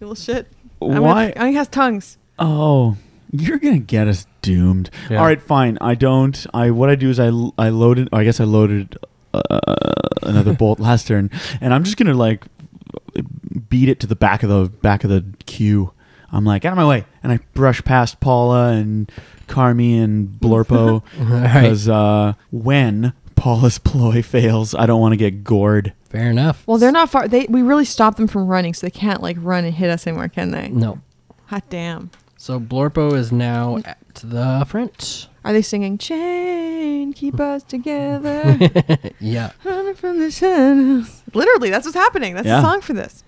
Speaker 5: You Little shit. I'm gonna-
Speaker 3: Why?
Speaker 5: I think it has tongues.
Speaker 3: Oh, you're gonna get us doomed.
Speaker 2: Yeah.
Speaker 3: All right, fine. I don't. I what I do is I l- I loaded. Or I guess I loaded uh, another bolt <laughs> last turn, and I'm just gonna like beat it to the back of the back of the queue. I'm like out of my way, and I brush past Paula and Carmi and Blurpo
Speaker 6: All right,
Speaker 3: because uh, when Paula's <laughs> ploy fails, I don't want to get gored.
Speaker 6: fair enough.
Speaker 5: Well, they're not far. They we really stopped them from running, so they can't like run and hit us anymore, can they?
Speaker 6: No.
Speaker 5: Hot damn.
Speaker 6: So Blorpo is now at the front.
Speaker 5: Are they singing "Chain Keep Us
Speaker 6: <laughs>
Speaker 5: Together"?
Speaker 6: Yeah.
Speaker 5: running from the shadows. Literally, that's what's happening. That's
Speaker 3: Yeah.
Speaker 5: the song for this.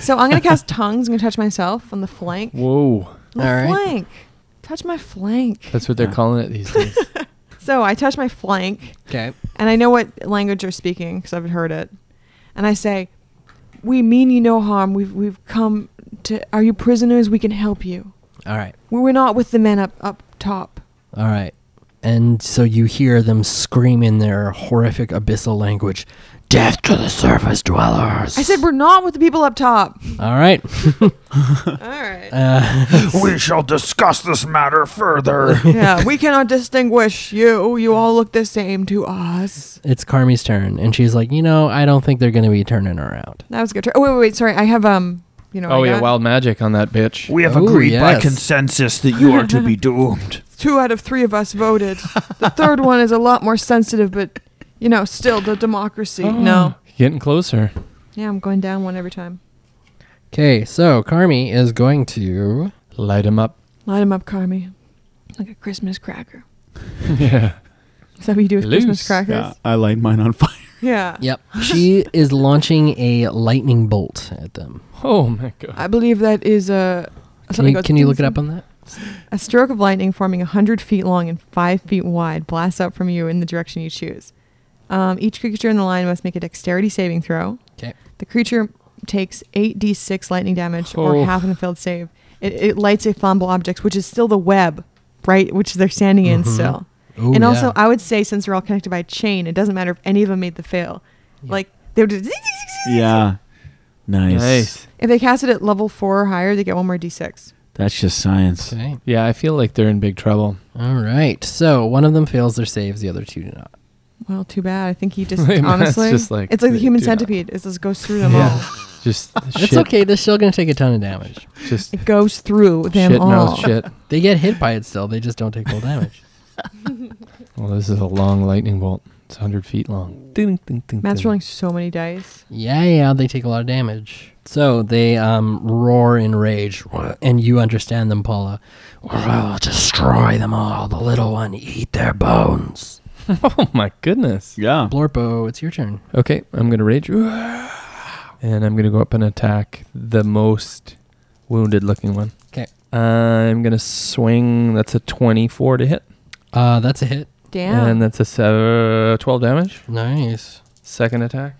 Speaker 5: So I'm gonna cast tongues. I'm gonna touch myself on the flank.
Speaker 2: Whoa.
Speaker 5: On the
Speaker 6: All right.
Speaker 5: flank. Touch my flank.
Speaker 2: That's what they're
Speaker 3: Yeah.
Speaker 2: calling it
Speaker 5: <laughs>
Speaker 2: these days.
Speaker 5: Oh So I touch my flank,
Speaker 6: Okay.
Speaker 5: and I know what language they're speaking because I've heard it. And I say, We mean you no harm. We've we've come to. Are you prisoners? We can help you.
Speaker 6: All right.
Speaker 5: We were not with the men up up top.
Speaker 6: All right. And so you hear them scream in their horrific abyssal language, "Death to the surface dwellers!"
Speaker 5: I said we're not with the people up top.
Speaker 6: "All right."
Speaker 5: All right.
Speaker 6: <laughs> Uh,
Speaker 4: <laughs> We shall discuss this matter further.
Speaker 5: yeah, we cannot distinguish you. You all look the same to us.
Speaker 6: it's Carmi's turn, and she's like, "You know, I don't think they're going to be turning around."
Speaker 5: That was a good. Try. Oh wait, wait, wait. Sorry, I have um. You know.
Speaker 2: oh
Speaker 5: I
Speaker 2: yeah,
Speaker 5: got
Speaker 2: wild magic on that bitch.
Speaker 4: We have
Speaker 6: Ooh,
Speaker 4: agreed by
Speaker 6: yes.
Speaker 4: consensus that you are to be doomed.
Speaker 5: Two out of three of us voted. the third one is a lot more sensitive, but you know, still the democracy. No.
Speaker 2: Getting closer. <laughs>
Speaker 5: Yeah, I'm going down one every time.
Speaker 6: Okay, so Carmi is going to.
Speaker 2: Light him up.
Speaker 5: Light 'em up, Carmi. Like a Christmas cracker.
Speaker 2: yeah.
Speaker 5: Is that what you do with Christmas
Speaker 2: Loose.
Speaker 5: crackers?
Speaker 3: I light mine on fire.
Speaker 5: Yeah.
Speaker 6: Yep. She <laughs> is launching a lightning bolt at them.
Speaker 2: Oh my god.
Speaker 5: I believe that is a.
Speaker 6: Can you, can you look it up on that?
Speaker 5: A stroke of lightning forming 100 feet long and 5 feet wide blasts out from you in the direction you choose. Um, each creature in the line must make a dexterity saving throw.
Speaker 6: 'Kay.
Speaker 5: The creature takes 8d6 lightning damage
Speaker 2: Oh.
Speaker 5: or half an failed save. It, it lights a flammable object, which is still the web, right? Which they're standing in still.
Speaker 6: Mm-hmm. Ooh,
Speaker 5: and also,
Speaker 6: yeah.
Speaker 5: I would say since they're all connected by a chain, it doesn't matter if any of them made the fail. Like, they would just.
Speaker 3: Yeah. Nice.
Speaker 2: Nice.
Speaker 5: If they cast it at level 4 or higher, they get one more d6.
Speaker 3: That's just science.
Speaker 6: Okay.
Speaker 2: Yeah, I feel like they're in big trouble.
Speaker 6: All right. So one of them fails their saves, the other two do not.
Speaker 5: Well, too bad. I think
Speaker 2: <laughs>
Speaker 5: he just
Speaker 2: Wait, man, it's
Speaker 5: honestly,
Speaker 2: just like-
Speaker 5: it's like the
Speaker 2: yeah,
Speaker 5: human
Speaker 2: do that.
Speaker 5: centipede. It just goes through them
Speaker 2: Yeah.
Speaker 5: all.
Speaker 2: <laughs> Just
Speaker 6: It's
Speaker 2: shit.
Speaker 6: okay. They're still going to take a ton of damage.
Speaker 2: <laughs> Just
Speaker 5: It goes through them
Speaker 2: shit
Speaker 5: all.
Speaker 2: mouth shit.
Speaker 6: They get hit by it still. They just don't take full damage.
Speaker 2: Well, this is a long lightning bolt. It's 100 feet long. Ding, ding, ding,
Speaker 5: Matt's
Speaker 2: ding.
Speaker 5: rolling so many dice.
Speaker 6: yeah, yeah. They take a lot of damage. So they um, roar in rage, and you understand them, Paula. We'll destroy them all. The little one eat their bones.
Speaker 2: <laughs> Oh my goodness.
Speaker 3: Yeah.
Speaker 6: Blorpo, it's your turn.
Speaker 2: Okay, I'm going to rage. <sighs> And I'm going to go up and attack the most wounded looking one.
Speaker 6: 'Kay.
Speaker 2: I'm going to swing. That's a 24 to hit.
Speaker 6: Uh, that's a hit.
Speaker 5: Damn.
Speaker 2: And that's a sev- 12 damage.
Speaker 6: Nice.
Speaker 2: Second attack.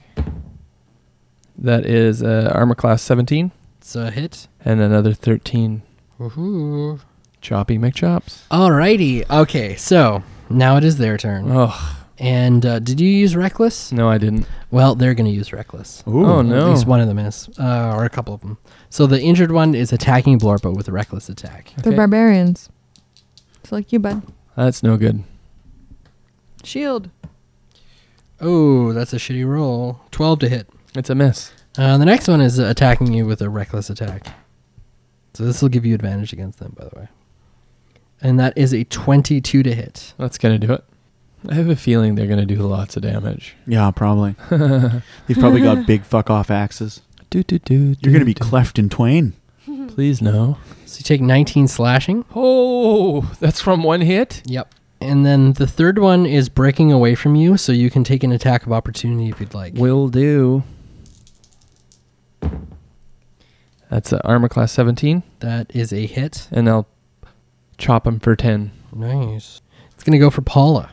Speaker 2: That is uh, armor class 17.
Speaker 6: It's a hit.
Speaker 2: And another 13.
Speaker 6: Woohoo.
Speaker 2: Choppy McChops.
Speaker 6: Alrighty. Okay, so now it is their turn.
Speaker 2: Oh,
Speaker 6: And uh, did you use Reckless?
Speaker 2: no, I didn't.
Speaker 6: Well, they're going to use Reckless.
Speaker 3: Ooh.
Speaker 2: oh,
Speaker 6: At
Speaker 2: no.
Speaker 6: least one of them is, uh, or a couple of them. So the injured one is attacking Blorpo with a Reckless attack.
Speaker 5: They're
Speaker 2: Okay.
Speaker 5: barbarians. It's like you, bud.
Speaker 2: That's no good.
Speaker 5: Shield.
Speaker 6: Oh, that's a shitty roll. 12 to hit.
Speaker 2: It's a miss.
Speaker 6: Uh, the next one is attacking you with a Reckless attack. So this will give you advantage against them, by the way. And that is a 22 to hit.
Speaker 2: That's going to do it. I have a feeling they're going to do lots of damage.
Speaker 3: Yeah,
Speaker 2: <laughs>
Speaker 3: probably. They've probably got big fuck off axes.
Speaker 2: Do, do, do,
Speaker 3: You're going to be
Speaker 2: do,
Speaker 3: cleft in twain.
Speaker 2: do. Please, no.
Speaker 6: So you take 19 slashing.
Speaker 2: Oh, that's from one hit?
Speaker 6: Yep. And then the third one is breaking away from you, so you can take an attack of opportunity if you'd like.
Speaker 2: Will do. That's a armor class 17,
Speaker 6: That is a hit.
Speaker 2: and I'll chop him for 10.
Speaker 6: Nice. It's going to go for Paula.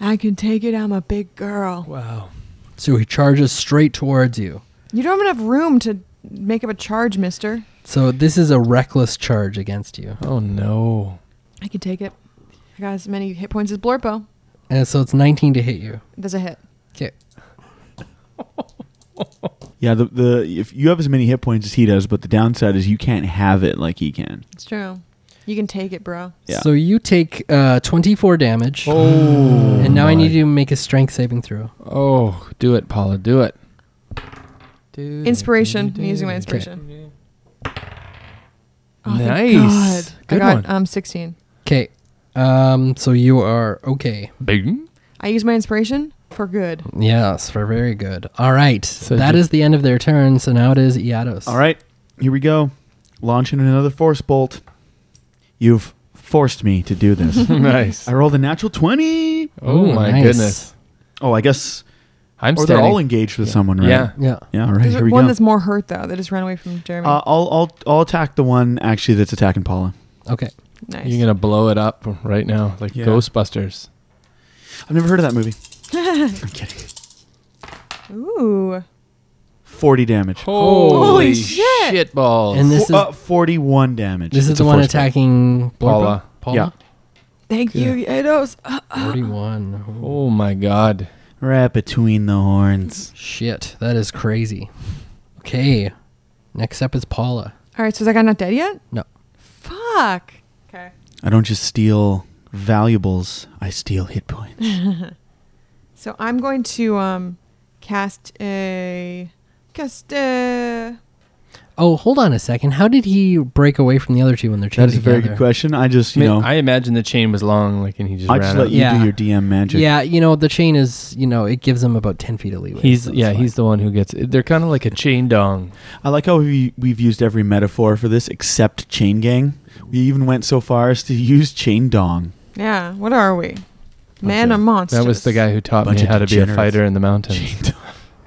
Speaker 5: I can take it. I'm a big girl.
Speaker 2: Wow.
Speaker 6: So he charges straight towards you.
Speaker 5: You don't have enough room to make up a charge, mister.
Speaker 6: So this is a reckless charge against you.
Speaker 2: Oh, no.
Speaker 5: I can take it. I got as many hit points as Blorpo.
Speaker 6: And so it's 19 to hit you.
Speaker 5: There's a hit.
Speaker 6: Okay.
Speaker 3: Yeah, the, the if you have as many hit points as he does, but the downside is you can't have it like he can.
Speaker 5: It's true. You can take it, bro.
Speaker 3: Yeah.
Speaker 6: So you take uh, 24 damage.
Speaker 2: Oh.
Speaker 6: and now I need you to make a strength saving throw.
Speaker 2: Oh, do it, Paula. Do it. Do it,
Speaker 5: Inspiration.
Speaker 2: do
Speaker 5: I'm using my
Speaker 2: it.
Speaker 5: inspiration. Oh, thank
Speaker 2: nice.
Speaker 5: God.
Speaker 2: Good
Speaker 5: I got
Speaker 2: one.
Speaker 5: um 16.
Speaker 6: Okay. Um, so you are okay.
Speaker 2: Bing.
Speaker 5: I use my inspiration for good.
Speaker 6: Yes, for very good. All right.
Speaker 2: So
Speaker 6: that
Speaker 2: ju-
Speaker 6: is the end of their turn. So now it is Iados.
Speaker 3: All right, here we go. Launching another force bolt. You've forced me to
Speaker 2: <laughs>
Speaker 3: do this.
Speaker 2: nice.
Speaker 3: I rolled a natural 20.
Speaker 2: Oh, my
Speaker 6: nice.
Speaker 2: goodness.
Speaker 3: Oh, I guess.
Speaker 2: I'm
Speaker 3: or they're
Speaker 2: standing.
Speaker 3: all engaged with someone, right?
Speaker 2: Yeah.
Speaker 6: Yeah.
Speaker 3: Yeah, all right,
Speaker 5: There's
Speaker 3: here we
Speaker 5: one
Speaker 3: go.
Speaker 5: that's more hurt though. That just ran away from Jeremy.
Speaker 3: Uh, I'll, I'll, I'll attack the one actually that's attacking Paula.
Speaker 6: Okay.
Speaker 5: nice.
Speaker 2: You're gonna blow it up right now, like
Speaker 3: Yeah.
Speaker 2: Ghostbusters.
Speaker 5: <laughs>
Speaker 3: I've never heard of that movie. I'm kidding.
Speaker 5: Ooh.
Speaker 3: 40 damage.
Speaker 2: Holy,
Speaker 5: Holy shit.
Speaker 2: shit balls.
Speaker 6: And this
Speaker 3: Fo-
Speaker 6: is
Speaker 3: uh, 41 damage.
Speaker 6: this is
Speaker 3: It's
Speaker 6: the
Speaker 3: a
Speaker 6: one
Speaker 3: force spell.
Speaker 6: attacking Blurpo?
Speaker 2: Paula.
Speaker 6: Paula.
Speaker 5: Thank you, Yados. Uh,
Speaker 6: Forty-one. Oh,
Speaker 2: oh my god.
Speaker 3: Right between the horns.
Speaker 6: shit, that is crazy. Okay, next up is Paula.
Speaker 5: all right, so is that guy not dead yet?
Speaker 6: No.
Speaker 5: Fuck. Okay.
Speaker 3: I don't just steal valuables, I steal hit points.
Speaker 5: So I'm going to um cast a cast a
Speaker 6: Oh, hold on a second. How did he break away from the other two when they're chained
Speaker 3: That is a very good
Speaker 6: together?
Speaker 3: question. I just,
Speaker 2: I,
Speaker 3: you
Speaker 2: mean,
Speaker 3: know, I,
Speaker 2: I imagine the chain was long, like, and he just ran
Speaker 3: just
Speaker 2: out.
Speaker 3: let you
Speaker 6: Yeah.
Speaker 3: do your DM magic.
Speaker 6: Yeah, you know the chain is you know it gives him about ten feet of leeway.
Speaker 2: He's
Speaker 6: so it's
Speaker 2: yeah,
Speaker 6: fine.
Speaker 2: he's <laughs> the one who gets. They're kind of like a chain dong.
Speaker 3: I like how we, we've used every metaphor for this except chain gang. We even went so far as to <laughs> use chain dong.
Speaker 5: yeah. What are we? Man
Speaker 2: Okay.
Speaker 5: or monster?
Speaker 2: That was the guy who taught
Speaker 3: Bunch
Speaker 2: me
Speaker 3: of
Speaker 2: how to be a
Speaker 3: degenerates.
Speaker 2: fighter in the mountains.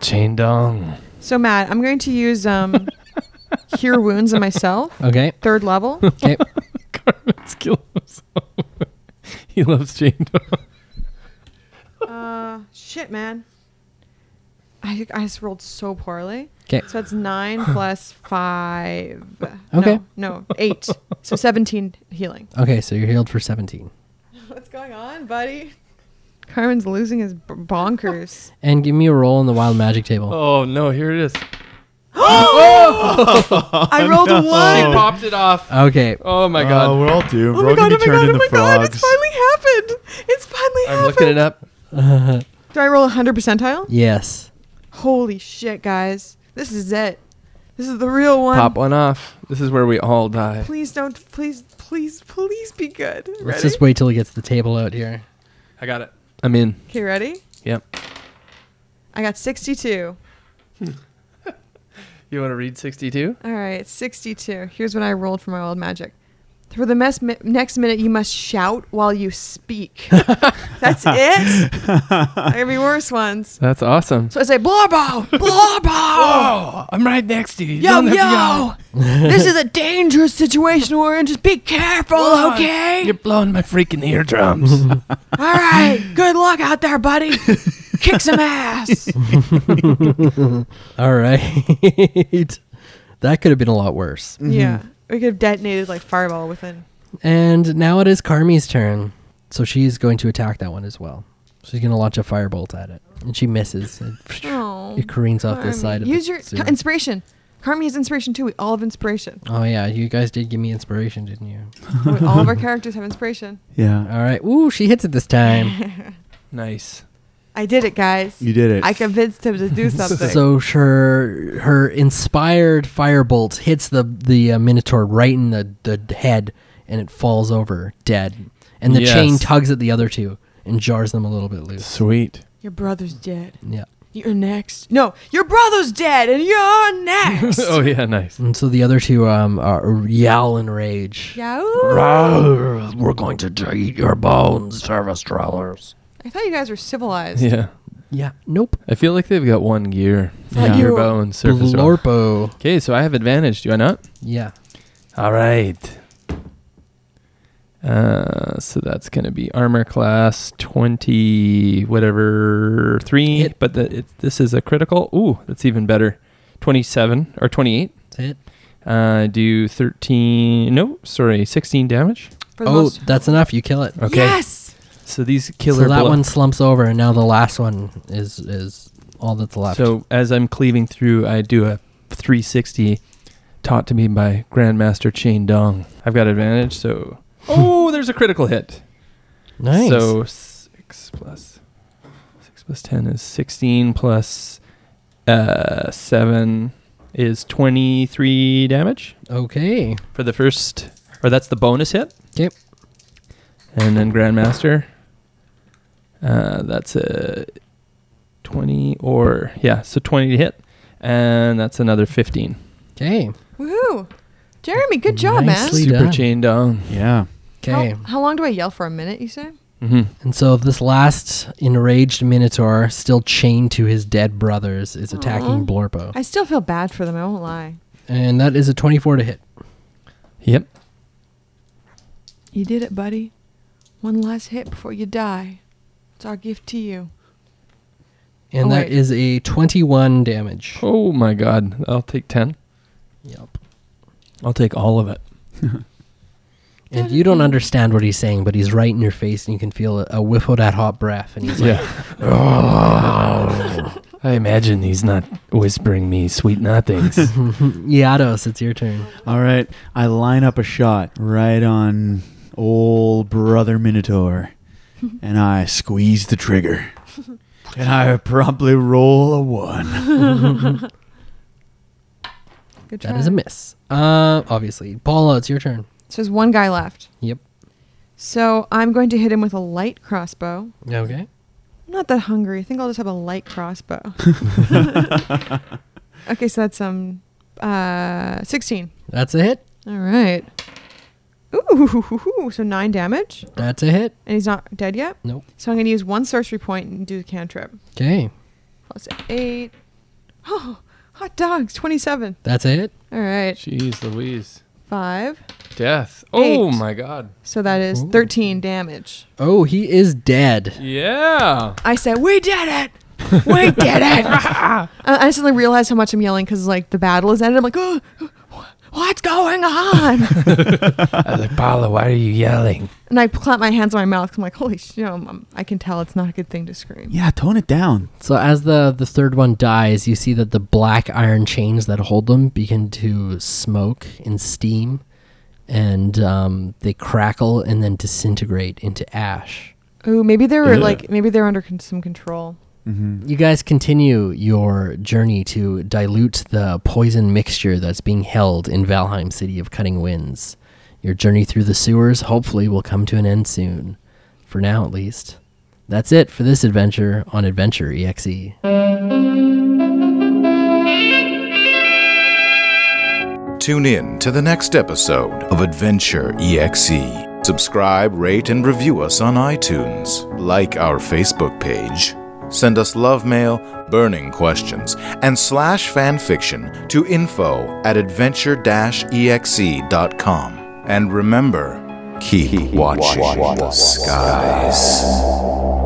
Speaker 2: Chain dong.
Speaker 5: So Matt, I'm going to use um cure wounds on myself,
Speaker 6: okay.
Speaker 5: third level.
Speaker 6: Okay,
Speaker 2: Let's kill himself. he loves chain dong.
Speaker 5: Uh, shit, man. I I just rolled so poorly.
Speaker 6: 'Kay.
Speaker 5: So that's nine plus five.
Speaker 6: Okay.
Speaker 5: No, no, eight. So seventeen healing.
Speaker 6: okay, so you're healed for seventeen.
Speaker 5: What's going on, buddy? Carmen's losing his b-
Speaker 6: <laughs>
Speaker 5: bonkers.
Speaker 6: And give me a roll on the wild magic table.
Speaker 2: Oh no! Here it is.
Speaker 5: I rolled a one.
Speaker 2: She popped it off.
Speaker 6: Okay,
Speaker 2: Oh my
Speaker 3: Oh,
Speaker 2: god!
Speaker 3: we're all due.
Speaker 5: Oh
Speaker 3: we're
Speaker 5: my
Speaker 3: all
Speaker 5: god,
Speaker 3: going
Speaker 5: oh
Speaker 3: to be
Speaker 5: my god,
Speaker 3: turned
Speaker 5: oh my
Speaker 3: into
Speaker 5: god, it's
Speaker 3: frogs.
Speaker 5: finally happened. It's finally
Speaker 3: Oh.
Speaker 2: I'm
Speaker 5: happened.
Speaker 2: looking it up.
Speaker 5: Do I roll a 100 percentile?
Speaker 6: yes.
Speaker 5: Holy shit, guys. This is it. This is the real one.
Speaker 2: Pop one off. This is where we all die.
Speaker 5: Please don't, please, please, please be good.
Speaker 6: Let's
Speaker 5: Ready?
Speaker 6: just wait till he gets the table out here.
Speaker 2: I got it. I'm in.
Speaker 5: Okay, ready?
Speaker 2: Yep.
Speaker 5: I got 62.
Speaker 2: You want to read 62?
Speaker 5: All right, 62. Here's what I rolled for my old magic. For the mes- mi- next minute, you must shout while
Speaker 2: <laughs>
Speaker 5: you speak. That's it? There could be worse ones.
Speaker 2: That's awesome.
Speaker 5: So I say, Blorbo! Blorbo!
Speaker 2: Oh, I'm right next to you. You
Speaker 5: Yo,
Speaker 2: don't have to
Speaker 5: yo!
Speaker 2: <laughs>
Speaker 5: this is a dangerous situation we're in. Just be careful,
Speaker 2: Come on.
Speaker 5: okay?
Speaker 2: yell. You're blowing my freaking eardrums.
Speaker 5: <laughs> All
Speaker 2: <laughs>
Speaker 5: right. Good luck out there, buddy. Kick some ass.
Speaker 6: All right, <laughs> that could have been a lot worse.
Speaker 5: Yeah. We could have detonated like fireball within.
Speaker 6: And now it is Carmi's turn, so she's going to attack that one as well. She's going to launch a firebolt at it, and she misses. It, <laughs>
Speaker 5: Oh.
Speaker 6: it careens off the side of
Speaker 5: Use
Speaker 6: the
Speaker 5: your
Speaker 6: zoo.
Speaker 5: inspiration. Carmi has inspiration too. We all have inspiration.
Speaker 6: Oh yeah, you guys did give me inspiration, didn't you? <laughs>
Speaker 5: We- all of our characters have inspiration.
Speaker 3: Yeah,
Speaker 2: Uh,
Speaker 6: All right. Ooh, she hits it
Speaker 5: <laughs>
Speaker 6: this time.
Speaker 2: nice.
Speaker 5: I did it, guys.
Speaker 3: you did it.
Speaker 5: I convinced him to do something.
Speaker 6: <laughs> so her her inspired firebolt hits the the uh, minotaur right in the, the head, and it falls over dead. And the chain
Speaker 2: Yes.
Speaker 6: tugs at the other two and jars them a little bit loose.
Speaker 2: <laughs> Sweet.
Speaker 5: your brother's dead.
Speaker 6: Yeah.
Speaker 5: You're next. No, your brother's dead, and you're
Speaker 6: <laughs>
Speaker 5: next.
Speaker 2: oh yeah, nice.
Speaker 6: And so the other two um are yowl in rage.
Speaker 5: Yow.
Speaker 7: Rawr, Ah, we're going to eat your bones, service trawlers.
Speaker 5: I thought you guys were civilized.
Speaker 2: Yeah.
Speaker 6: Yeah. Nope.
Speaker 2: I feel like they've got one gear.
Speaker 5: Yeah.
Speaker 2: Gear
Speaker 5: You-
Speaker 2: bone surface.
Speaker 6: Blorpo.
Speaker 2: Okay, so I have advantage. Do I not?
Speaker 6: Yeah.
Speaker 2: All right. Uh, so that's going to be armor class 20, whatever, 3.
Speaker 6: Hit.
Speaker 2: But the, it, this is a critical. Ooh, that's even better. 27 or 28.
Speaker 6: That's it.
Speaker 2: Uh, do 13. No, sorry, 16 damage.
Speaker 5: For the
Speaker 6: Oh,
Speaker 5: most-
Speaker 6: that's enough. You kill it.
Speaker 2: Okay.
Speaker 5: Yes.
Speaker 2: So these killer
Speaker 6: so that
Speaker 2: blow-
Speaker 6: one slumps over, and now the last one is is all that's left.
Speaker 2: So as I'm cleaving through, I do a 360 taught to me by Grandmaster Chain Dong. I've got advantage, <laughs> so. Oh, there's a critical hit.
Speaker 6: nice.
Speaker 2: So six plus six plus ten is sixteen plus uh, seven is twenty three damage
Speaker 6: okay.
Speaker 2: for the first, or that's the bonus hit.
Speaker 6: Yep.
Speaker 2: And then Grandmaster. Uh, that's a twenty or yeah, so twenty to hit, and that's another fifteen.
Speaker 6: Okay.
Speaker 5: Woohoo. Jeremy, good job,
Speaker 6: Nicely
Speaker 2: Super
Speaker 6: done.
Speaker 2: chain down.
Speaker 3: yeah.
Speaker 6: Okay.
Speaker 5: man. How, how long do I yell for? A minute, you say?
Speaker 2: hmm
Speaker 6: And so this last enraged minotaur, still chained to his dead brothers, is attacking
Speaker 5: Aw.
Speaker 6: Blorpo,
Speaker 5: I still feel bad for them. I won't lie.
Speaker 6: and that is a twenty-four to hit.
Speaker 2: Yep.
Speaker 5: You did it, buddy. One last hit before you die. It's our gift to you.
Speaker 6: And
Speaker 5: Oh,
Speaker 6: that
Speaker 5: wait.
Speaker 6: is a 21 damage.
Speaker 2: Oh my god. I'll take 10.
Speaker 6: Yep.
Speaker 2: I'll take all of it.
Speaker 6: And you don't understand what he's saying, but he's right in your face, and you can feel a, a whiff of that hot breath. And he's like,
Speaker 2: Yeah.
Speaker 7: Oh, I imagine he's not whispering me sweet
Speaker 2: <laughs>
Speaker 7: nothings.
Speaker 6: Yados, it's your turn.
Speaker 5: Oh,
Speaker 3: All right, I line up a shot right on old brother Minotaur, and I squeeze the trigger, and I promptly roll a one.
Speaker 5: Good try.
Speaker 6: That is a miss. Uh, obviously. Paula, it's your turn.
Speaker 5: So there's one guy left.
Speaker 6: Yep.
Speaker 5: So I'm going to hit him with a light crossbow.
Speaker 6: Okay.
Speaker 5: I'm not that hungry. I think I'll just have a light crossbow. okay, so that's um uh 16.
Speaker 6: That's a hit.
Speaker 5: All right. Ooh, so 9 damage.
Speaker 6: That's a hit.
Speaker 5: And he's not dead yet?
Speaker 6: Nope.
Speaker 5: So I'm going to use one sorcery point and do the cantrip.
Speaker 6: Okay.
Speaker 5: Plus 8. Oh, <gasps> hot dogs, 27.
Speaker 6: That's a hit.
Speaker 5: All right.
Speaker 2: Jeez Louise.
Speaker 5: 5.
Speaker 2: Death. Oh
Speaker 5: Eight.
Speaker 2: my god.
Speaker 5: So that is 13 damage.
Speaker 6: Oh, he is dead.
Speaker 2: Yeah.
Speaker 5: I said, "We did it! We did it!" I, I suddenly realized how much I'm yelling because like the battle is ended. I'm like, oh, "What's going on?"
Speaker 7: <laughs> I was like, Paula, why are you yelling?
Speaker 5: and I clap my hands on my mouth. 'cause I'm like, "Holy shit!" i I can tell it's not a good thing to scream.
Speaker 3: Yeah, tone it down.
Speaker 6: So as the the third one dies, you see that the black iron chains that hold them begin to smoke and steam, and um, they crackle and then disintegrate into ash.
Speaker 5: Oh, maybe they were
Speaker 2: Yeah.
Speaker 5: like, maybe they were under con- some control.
Speaker 3: Mm-hmm.
Speaker 6: You guys continue your journey to dilute the poison mixture that's being held in Valheim City of Cutting Winds. Your journey through the sewers hopefully will come to an end soon, for now at least. That's it for this adventure on Adventure E EXE.
Speaker 1: Tune in to the next episode of Adventure EXE. Subscribe, rate, and review us on iTunes. Like our Facebook page. Send us love mail, burning questions, and slash fanfiction to info at E adventure exe.com. And remember, keep watching the skies.